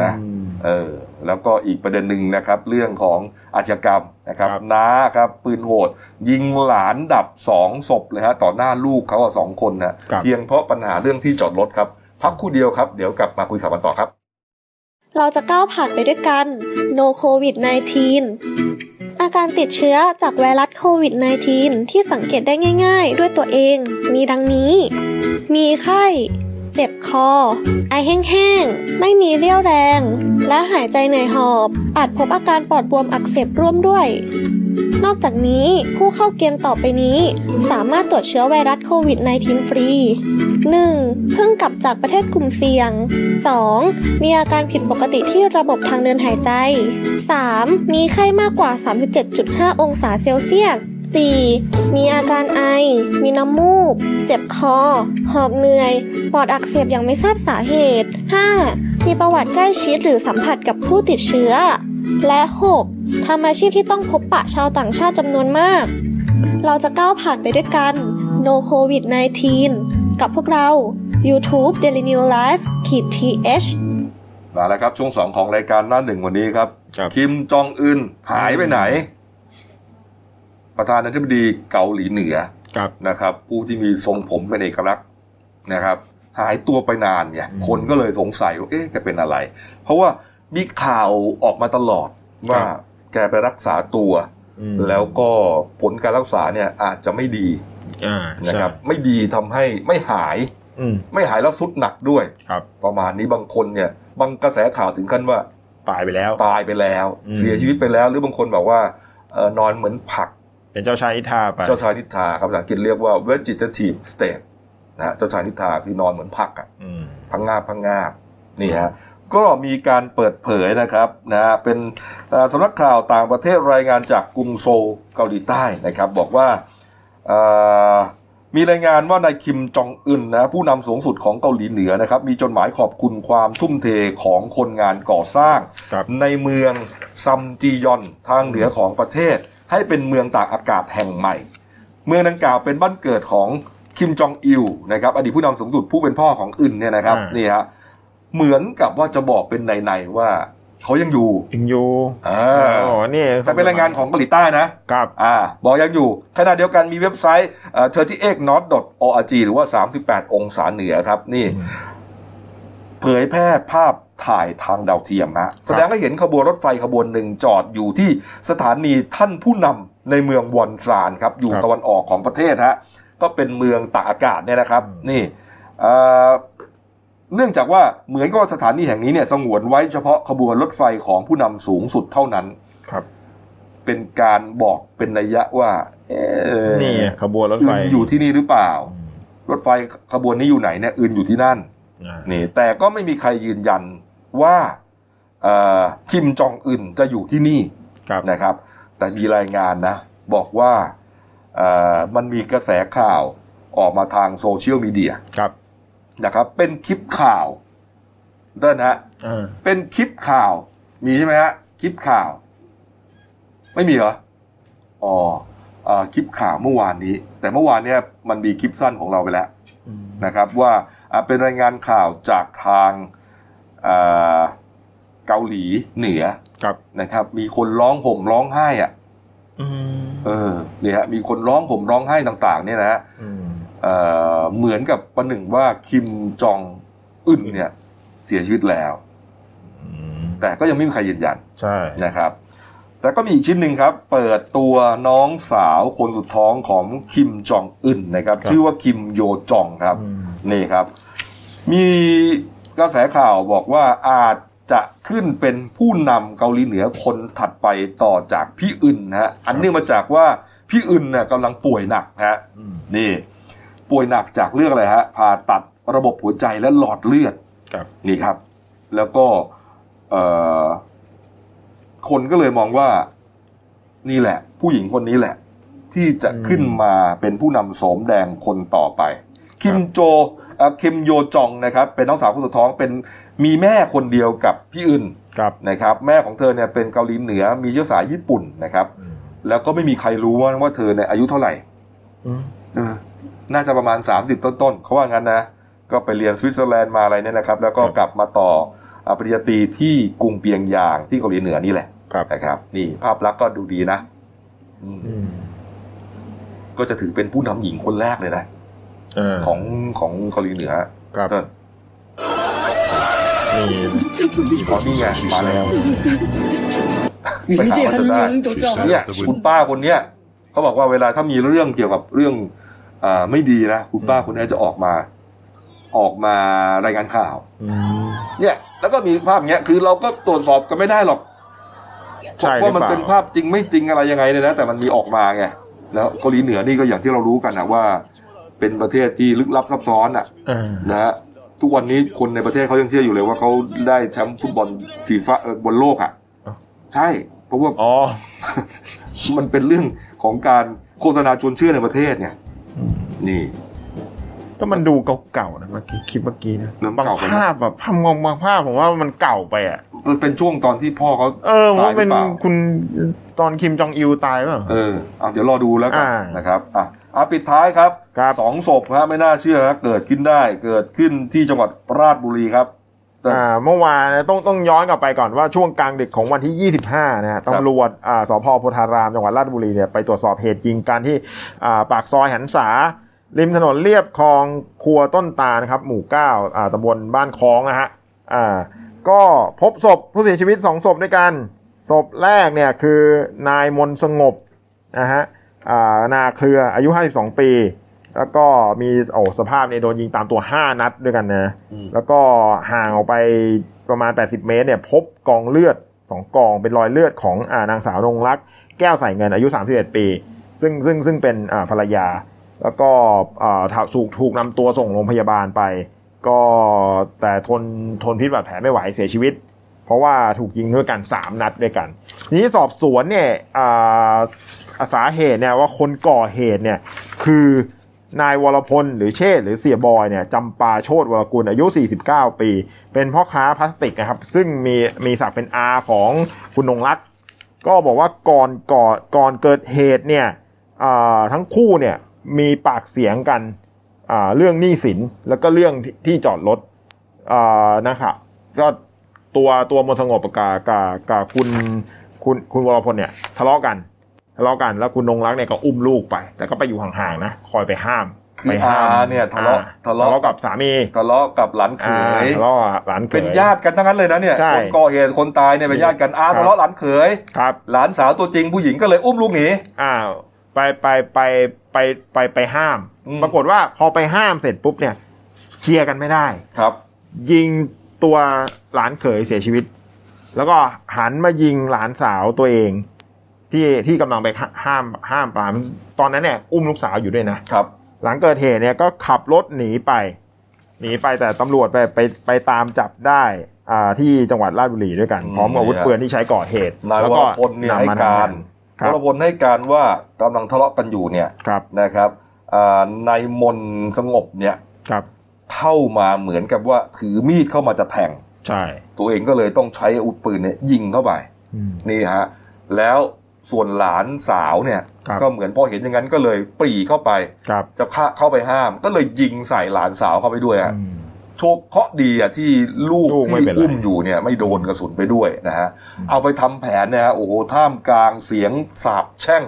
นะ
อืม
เออแล้วก็อีกประเด็นหนึ่งนะครับ เรื่องของอาชญากรรมนะครับ
ครับ
น้าครับ ปืนโหด ยิงหลานดับสองศพเลยฮะต่อหน้าลูกเขาอะสองคนนะเพียงเพราะปัญหาเรื่องที่จอดรถครับ พักครู่เดียวครับเดี๋ยวกลับมาคุยข่าวกันต่อครับ
เราจะก้าวผ่านไปด้วยกัน No COVID 19 อาการติดเชื้อจากไวรัสโควิด -19 ที่สังเกตได้ง่ายๆ ด้วยตัวเองมีดังนี้ มีไข้ เจ็บคอ ไอแห้งๆ ไม่มีเรี่ยวแรง และหายใจเหนื่อยหอบ อาจพบอาการปอดบวมอักเสบร่วมด้วย นอกจากนี้ผู้เข้าเกณฑ์ต่อไปนี้ สามารถตรวจเชื้อไวรัสโควิด -19 ฟรี 1. เพิ่งกลับจากประเทศกลุ่มเสี่ยง 2. มีอาการผิดปกติที่ระบบทางเดินหายใจ 3. มีไข้มากกว่า 37.5 องศาเซลเซียส 4. มีอาการไอ มีน้ำมูก เจ็บคอ หอบเหนื่อย ปอดอักเสบอย่างไม่ทราบสาเหตุ 5. มีประวัติใกล้ชิดหรือสัมผัสกับผู้ติดเชื้อ และ 6. ทำอาชีพที่ต้องพบปะชาวต่างชาติจำนวนมาก เราจะก้าวผ่านไปด้วยกัน No COVID 19 กับพวกเรา YouTube Daily New Life ขีด th
มาแล้วครับ ช่วงสองของรายการหน้าหนึ่งวันนี้ครับ
ครับ
คิมจองอึนหายไปไหน ประธานาธิบดีเกาหลีเหนือ
ครับ
นะครับ ผู้ที่มีทรงผมเป็นเอกลักษณ์นะครับ หายตัวไปนานเนี่ย
อืม
คนก็เลยสงสัยว่าเอ๊ะแกเป็นอะไร เพราะว่ามีข่าวออกมาตลอดว่า
ครับ
แกไปรักษาตัว
อืม
แล้วก็ผลการรักษาเนี่ยอาจจะไม่ดี
อ่า
นะ
ใช่
ครับ ไม่ดีทำให้ไม่หาย
อืม
ไม่หายแล้วสุดหนักด้วย
ครับ
ประมาณนี้บางคนเนี่ย บางกระแสข่าวถึงขั้นว่า
ตายไปแล้ว
ตายไปแล้ว
อืม
เสียชีวิตไปแล้วหรือบางคนบอกว่าเอ่อนอนเหมือนผัก
เป็นเจ้าชายอิทราไป
เจ้าชายนิทราครับภาษาอังกฤษเรียกว่า vegetative state นะฮะเจ้าชายนิทราคือนอนเหมือนผักอะ
อืม
พังงาบพังงาบนี่ฮะก็มีการเปิดเผยนะครับนะฮะเป็นเอ่อสำนักข่าวต่างประเทศรายงานจากกรุงโซลเกาหลีใต้นะครับ บอกว่าเอ่อมีรายงานว่านายคิมจองอึนนะผู้นำสูงสุดของเกาหลีเหนือนะครับ มีจดหมายขอบคุณความทุ่มเทของคนงานก่อสร้าง
ครับ
ในเมืองซัมจียอนทางเหนือของประเทศ ให้เป็นเมืองตากอากาศแห่งใหม่ เมืองดังกล่าวเป็นบ้านเกิดของคิมจองอิลนะครับอดีตผู้นำสูงสุดผู้เป็นพ่อของอึนเนี่ยนะครับ
อ่านี่
นี่ฮะเหมือนกับว่าจะบอกเป็นในๆว่าเขายังอยู่
ยังอยู่
อ่า
โอ้นี่
แต่เป็นรายงานของเกาหลีใต้นะ
ครับ
อ่าบอกยังอยู่ ขณะเดียวกันมีเว็บไซต์เชอร์จิเอ็กนอตดอทออจหรือว่า 38 องศาเหนือครับนี่
อืม
เผยแพร่ภาพถ่ายทางดาวเทียมฮะแสดงให้เห็นขบวนรถไฟขบวนหนึ่งจอดอยู่ที่สถานีท่านผู้นำในเมืองวอนซานครับ อยู่
ครับ
ตะวันออกของประเทศฮะก็เป็นเมืองตากอากาศเนี่ยนะครับ
อืม
นี่เอ่อเนื่องจากว่าเหมือนกับว่าสถานีแห่งนี้เนี่ยสงวนไว้เฉพาะขบวนรถไฟของผู้นำสูงสุดเท่านั้น
ครับ
เป็นการบอกเป็นนัยยะว่า เออ
นี่ไงขบวนรถ
อื่
ไฟ
นอยู่ที่นี่หรือเปล่า
อืม
รถไฟขบวนนี้อยู่ไหนเนี่ยอื่นอยู่ที่นั่น
อ่า
นี่แต่ก็ไม่มีใครยืนยันว่าเอ่อคิมจองอึนจะอยู่ที่นี่
ครับ
นะครับ แต่มีรายงานนะ บอกว่าเอ่อมันมีกระแสข่าวออกมาทางโซเชียลมีเดีย
ครับ
นะครับ เป็นคลิปข่าวเด้านฮะ
อ่า
เป็นคลิปข่าว มีใช่ไหมฮะคลิปข่าว ไม่มีเหรออ๋อเอ่อคลิปข่าวเมื่อวานนี้ แต่เมื่อวานเนี่ยมันมีคลิปสั้นของเราไปแล้ว
อืม
นะครับว่าอ่าเป็นรายงานข่าวจากทางอ่าเกาหลีเหนือ
ครับ
นะครับ มีคนร้องห่มร้องไห้อะ
อืม
เออนี่ฮะมีคนร้องห่มร้องไห้ต่างๆเนี่ยนะฮะ
อืม
เอ่อเหมือนกับประหนึ่งว่าคิมจองอึนเนี่ยเสียชีวิตแล้ว
อืม
แต่ก็ยังไม่มีใครยืนยัน
ใช่
นะครับ แต่ก็มีอีกชิ้นหนึ่งครับ เปิดตัวน้องสาวคนสุดท้องของคิมจองอึนนะครับ ชื่อว่าคิมโยจองครับ
อืม
นี่ครับ มีกระแสข่าวบอกว่าอาจจะขึ้นเป็นผู้นำเกาหลีเหนือคนถัดไปต่อจากพี่อึนนะฮะอันเนื่องมาจากว่าพี่อึนน่ะกำลังป่วยหนักนะฮะ
อืม
นี่ ป่วยหนักจากเรื่องอะไรฮะผ่าตัดระบบหัวใจและหลอดเลือด
ครับ
นี่ครับ แล้วก็เอ่อคนก็เลยมองว่านี่แหละ ผู้หญิงคนนี้แหละ ที่จะขึ้นมาเป็นผู้นำโสมแดงคนต่อไป คิมโจเอ่อคิมโยจองนะครับ เป็นน้องสาวคนสุดท้องเป็นมีแม่คนเดียวกับพี่อึน
ครับ
นะครับ แม่ของเธอเนี่ยเป็นเกาหลีเหนือมีเชื้อสายญี่ปุ่นนะครับ
อืม
แล้วก็ไม่มีใครรู้ว่าว่าเธอเนี่ยอายุเท่าไหร่
อืม
น่าจะประมาณ 30 ต้นๆเขาว่างั้นนะ ก็ไปเรียนสวิตเซอร์แลนด์มาอะไรเนี่ยนะครับ แล้วก็
ครับ
กลับมาต่ออ่าปริญญาตรีที่กรุงเปียงยางที่เกาหลีเหนือนี่แหละ
ครับ
นะครับ นี่ภาพลักษณ์ก็ดูดีนะอืม
อืม
ก็จะถือเป็นผู้นำหญิงคนแรกเลยนะ
เออ
ของของเกาหลีเหนือ
ครับ
เติ้ล ขอนี่ไงมาแล้ว ไปหาเขาจนได้ เนี่ยคุณป้าคนเนี้ยเขาบอกว่าเวลาถ้ามีเรื่องเกี่ยวกับเรื่องอ่าไม่ดีนะคุณป้าคนเนี้ยจะออกมา ออกมารายงานข่าว
อืม
เนี่ยแล้วก็มีภาพเนี้ยคือเราก็ตรวจสอบกันไม่ได้หรอก
ใช่หรือเปล่า
ว่ามันเป็นภาพจริงไม่จริงอะไรยังไงเนี่ยนะแต่มันมีออกมาไงแล้วเกาหลีเหนือนี่ก็อย่างที่เรารู้กันนะว่า เป็นประเทศที่ลึกลับซับซ้อนอ่ะ
เออ
นะฮะทุกวันนี้คนในประเทศเขายังเชื่ออยู่เลยว่าเขาได้แชมป์ฟุตบอลสีฟ้าเอ่อบนโลกอ่ะใช่ เพราะว่า
อ๋อ
มันเป็นเรื่องของการโฆษณาชวนเชื่อในประเทศไงนี่
ก็มันดูเก่าๆนะเมื่อกี้คลิปเมื่อกี้นะ
เริ่ม
บาง
เก่าไปนะ
ภาพแบบภาพงงบางภาพผมว่ามันเก่าไปอ่ะ
มันเป็นช่วงตอนที่พ่อเขา
เออผมว่าเป็น
ตายหรือเปล่า
คุณตอนคิมจองอิลตายเปล่า
เออเอาเดี๋ยวรอดูแล้วกัน
อ่าน
นะครับอ่ะอ่ะปิดท้ายครับ
ครับ
สองศพฮะไม่น่าเชื่อฮะเกิดขึ้นได้ เกิดขึ้นที่จังหวัดราชบุรีครับแต่
อ่าเมื่อวานนะต้องต้องย้อนกลับไปก่อนว่าช่วงกลางดึกของวันที่ 25 นะฮะ
ครับ
ตำรวจอ่าสพโพธารามจังหวัดราชบุรีเนี่ยไปตรวจสอบเหตุยิงกันที่อ่าปากซอยหันษา ริมถนนเรียบคลองครัวต้นตาลนะครับหมู่9อ่าตำบลบ้านคลองนะฮะอ่าก็พบศพผู้เสียชีวิต 2 ศพด้วยกัน ศพแรกเนี่ยคือนายมนต์สงบนะฮะอ่านาเครืออายุ 52 ปี แล้วก็มีโอ้สภาพเนี่ยโดนยิงตามตัว 5 นัดด้วยกันนะ
อืม
แล้วก็ห่างออกไปประมาณ 80 เมตรเนี่ยพบกองเลือด 2 กองเป็นรอยเลือดของอานางสาวนงรัก แก้วใส่เงินอายุ 31 ปี ซึ่งซึ่งซึ่งเป็นอ่าภรรยา แล้วก็อ่าถูกถูกถูกนำตัวส่งโรงพยาบาลไป ก็แต่ทนทนพิษบาดแผลไม่ไหวเสียชีวิต เพราะว่าถูกยิงด้วยกัน 3 นัดด้วยกัน ทีนี้สอบสวนเนี่ยอ่าสาเหตุเนี่ยว่าคนก่อเหตุเนี่ยคือ นายวรพลหรือเชษฐ์หรือเสียบอยเนี่ยจำปาโชตวรกุลอายุ 49 ปี เป็นพ่อค้าพลาสติกนะครับ ซึ่งมีมีศักดิ์เป็นอาของคุณนงรัก ก็บอกว่าก่อนก่อนก่อนเกิดเหตุเนี่ยอ่าทั้งคู่เนี่ยมีปากเสียงกันอ่าเรื่องหนี้สินแล้วก็เรื่องที่ที่จอดรถอ่านะครับก็ตัวตัวมนต์สงบกับกับกับคุณคุณคุณวรพลเนี่ยทะเลาะกัน ทะเลาะกันแล้วคุณนงรักเนี่ยก็อุ้มลูกไป แต่ก็ไปอยู่ห่างๆนะ คอยไปห้าม
คือ
ไปห้าม
อาเนี่ยทะเลาะ
อ่
ทะเลาะ
กับสามี
ทะเลาะกับหลานเข
อ่ายทะเลาะกับหลานเขย
เป็นญาติกันทั้งนั้นเลยนะเนี่ย
ใช่
คนก่อเหตุคนตายเนี่ยเป็นญาติกันอา
ครับ
ทะเลาะหลานเขย
ครับ
หลานสาวตัวจริงผู้หญิงก็เลยอุ้มลูกหนี
อ่าไปไปไปไปไปไปห้าม
อืม
ปรากฏว่าพอไปห้ามเสร็จปุ๊บเนี่ยเคลียร์กันไม่ได้
ครับ
ยิงตัวหลานเขยเสียชีวิต แล้วก็หันมายิงหลานสาวตัวเอง ที่ที่กำลังไปห้ามห้ามปรามตอนนั้นเนี่ยอุ้มลูกสาวอยู่ด้วยนะ
ครับ
หลังเกิดเหตุเนี่ยก็ขับรถหนีไป หนีไปแต่ตำรวจไปไปไปตามจับได้อ่าที่จังหวัดราชบุรีด้วยกัน พร้อมกับอาวุธปืนที่ใช้ก่อเหตุ
นายว
แล้วก็
รพลเนี่ยให้
นำม
การ
ทำงนครั
ว
บ
รพลให้การว่ากำลังทะเลาะกันอยู่เนี่ย
ครับ
นะครับอ่านายมนสงบเนี่ย
ครับ
เข้ามาเหมือนกับว่าถือมีดเข้ามาจะแทง
ใช่
ตัวเองก็เลยต้องใช้อาวุธปืนเนี่ยยิงเข้าไป
อืม
นี่ฮะแล้วส่วนหลานสาวเนี่ย
ครับ
ก็เหมือนพอเห็นอย่างนั้นก็เลยปรีเข้าไป
ครับ
จะเข้าเข้าไปห้าม ก็เลยยิงใส่หลานสาวเข้าไปด้วยอะ
อืม
โชคเคราะห์ดีอ่ะที่ลูก
ลูกไม่
ที่
เป็นไร
อุ้มอยู่เนี่ยไม่โดนกระสุนไปด้วยนะฮะ
อืม
เอาไปทำแผนนะฮะโอ้โหท่ามกลางเสียงสาบแช่ง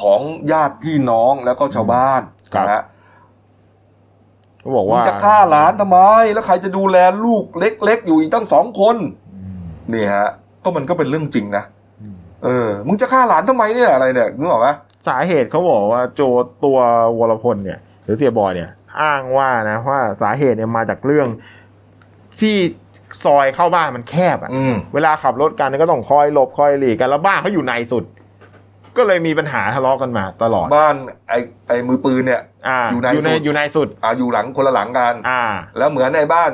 ของญาติพี่น้องแล้วก็ชาวบ้านนะฮะ
ก็บอก
มึง
ว่า
จะฆ่าหลานทำไม แล้วใครจะดูแลลูกเล็กๆ อยู่อีกตั้งสองคน
อืม
นี่ฮะ ก็มันก็เป็นเรื่องจริงนะ
อืม
เออ มึงจะฆ่าหลานทำไมเนี่ยอะไรเนี่ยนึกออกไหม
สาเหตุเขาบอกว่าโจตัววรพลเนี่ย หรือเสียบอยเนี่ย อ้างว่านะว่าสาเหตุเนี่ยมาจากเรื่องที่ซอยเข้าบ้านมันแคบอ่ะ
อืม
เวลาขับรถกันก็ต้องคอยหลบคอยหลีกกันแล้วบ้านเขาอยู่ในสุด ก็เลยมีปัญหาทะเลาะกันมาตลอด
บ้านไอ้ไอ้มือปืนเนี่ย
อ่า
อยู่ในสุด
อยู่ในสุด
อ่ะอยู่หลังคนละหลังกัน
อ่า
แล้วเหมือนในบ้าน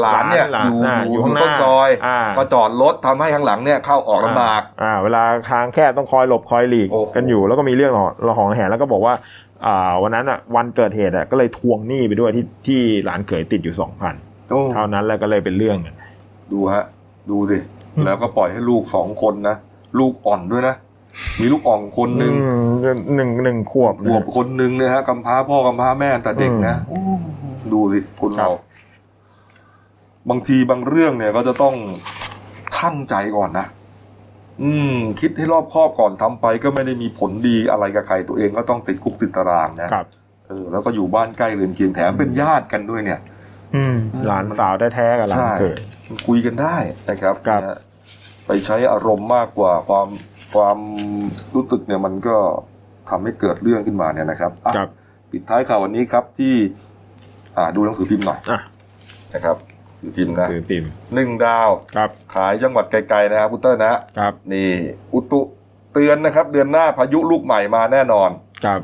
หลานเนี่ย
หลาน
อยู่
หลาน
อยู่
อยู่ข้างหน้า
ต้นซอย
อ่า
ก็จอดรถทำให้ข้างหลังเนี่ยเข้าออกลำบาก
อ่า เวลาทางแคบต้องคอยหลบคอยหลีก
โอ้โห
กันอยู่ แล้วก็มีเรื่องระหองระแหงแล้วก็บอกว่า อ่า วันนั้นอ่ะวันเกิดเหตุอ่ะก็เลยทวงหนี้ไปด้วยที่ที่หลานเขยติดอยู่สองพัน
โอ้
เท่านั้นแล้วก็เลยเป็นเรื่องกัน
ดูฮะ ดูสิ
อืม
แล้วก็ปล่อยให้ลูกสองคนนะ ลูกอ่อนด้วยนะ มีลูกอ่อนคนหนึ่ง
อืมหนึ่งหนึ่งขวบ
ขวบคนหนึ่งนะฮะกำพร้าพ่อกำพร้าแม่แต่เด็กนะ
อืม
ดูสิคนเรา
ครับ
บางทีบางเรื่องเนี่ยก็จะต้องชั่งใจก่อนนะ อืม คิดให้รอบคอบก่อนทำไป ก็ไม่ได้มีผลดีอะไรกับใครตัวเองก็ต้องติดคุกติดตารางนะ
ครับ
เออแล้วก็อยู่บ้านใกล้เรือนเคียงแถมเป็นญาติกันด้วยเนี่ย
อืมหลานสาวแท้ๆกับหลานเกิด
คุยกันได้นะครับ
ครับ
นะฮะไปใช้อารมณ์มากกว่าความความรู้สึกเนี่ยมันก็ทำให้เกิดเรื่องขึ้นมาเนี่ยนะครับอ่ะ
ครับ
ปิดท้ายข่าววันนี้ครับที่ อ่าดูหนังสือพิมพ์หน่อย
อ่ะ
นะครับหนังสือพิมพ์นะ
ถือพิมพ์
หนึ่งดาว
ครับ
ขายจังหวัดไกลๆนะครับคุณเตอร์นะฮะ
ครับ
นี่ อุตุเตือนนะครับ เดือนหน้าพายุลูกใหม่มาแน่นอน
ครับ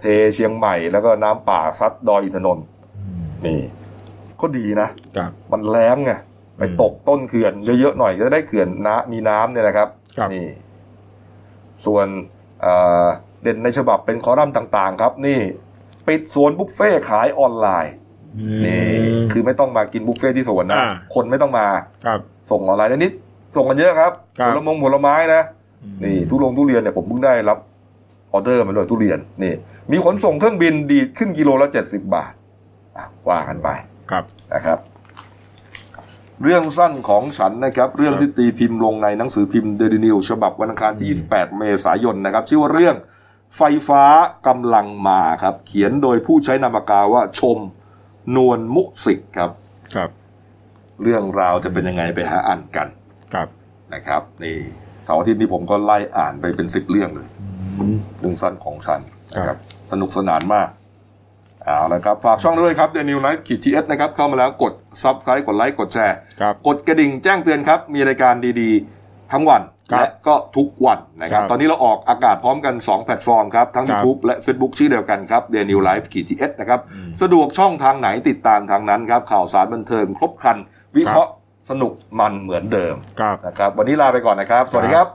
เทเชียงใหม่แล้วก็น้ำป่าซัดดอยอินทนนท์
อืม
นี่ ก็ดีนะ
ครับ
มันแล้งไงไปตกต้นเขื่อนเยอะๆหน่อยจะได้เขื่อนนะมีน้ำเนี่ยนะครับ
ครับ
นี่ ส่วนเอ่อเด่นในฉบับเป็นคอลัมน์ต่างๆ ครับ นี่ ปิดสวนบุฟเฟ่ขายออนไลน์นี่คือ อไม่ต้องมากินบุฟเฟ่ที่สวนนะ
อ่า
คนไม่ต้องมา
ครับ
ส่งออนไลน์ได้นิด ส่งกันเยอะครับ
ครับ
ผลมงผลไม้นะนี่ทุลงทุเรียนเนี่ยผมเพิ่งได้รับออเดอร์มาเลยทุเรียนนี่ มีขนส่งเครื่องบินดีดขึ้นกิโลละเจ็ดสิบบาทอ่ะว่ากันไป
ครับ
นะครับ เรื่องสั้นของฉันนะครับ เรื่อง
ครับ
ที่ตีพิมพ์ลงในหนังสือพิมพ์เดลินิวฉบับวันอังคารที่
อืม
28 เมษายนนะครับ ชื่อว่าเรื่องไฟฟ้ากำลังมาครับ เขียนโดยผู้ใช้นามปากกาว่าชมนวลมุสิกครับ
ครับ
เรื่องราวจะเป็นยังไงไปหาอ่านกัน
ครับ
นะครับ นี่เสาร์อาทิตย์นี้ผมก็ไล่อ่านไปเป็นสิบเรื่องเลย
อืม
เรื่องสั้นของฉันนะค
ครั
รับบ สนุกสนานมากเอาละครับ ฝากช่องด้วยครับเดนิวไลฟ์ขีดทีเอสนะครับ เข้ามาแล้วกดซับสไครต์กดไลค์กดแชร์
ครับ
กดกระดิ่งแจ้งเตือนครับ มีรายการดีๆ ทั้งวัน
ครับ
และก็ทุกวันนะครับ
ครับ
ตอนนี้เราออกอากาศพร้อมกัน 2 แพลตฟอร์มครับ ทั้ง
ครับ
YouTube และ Facebook ชื่อเดียวกันครับ The New Life ขีดจีเอสนะครับ
อืม
สะดวกช่องทางไหนติดตามทางนั้นครับ ข่าวสารบันเทิงครบครัน วิเคราะห์สนุกมันเหมือนเดิม
ครับ
นะครับ วันนี้ลาไปก่อนนะครับ สวัสดีครับ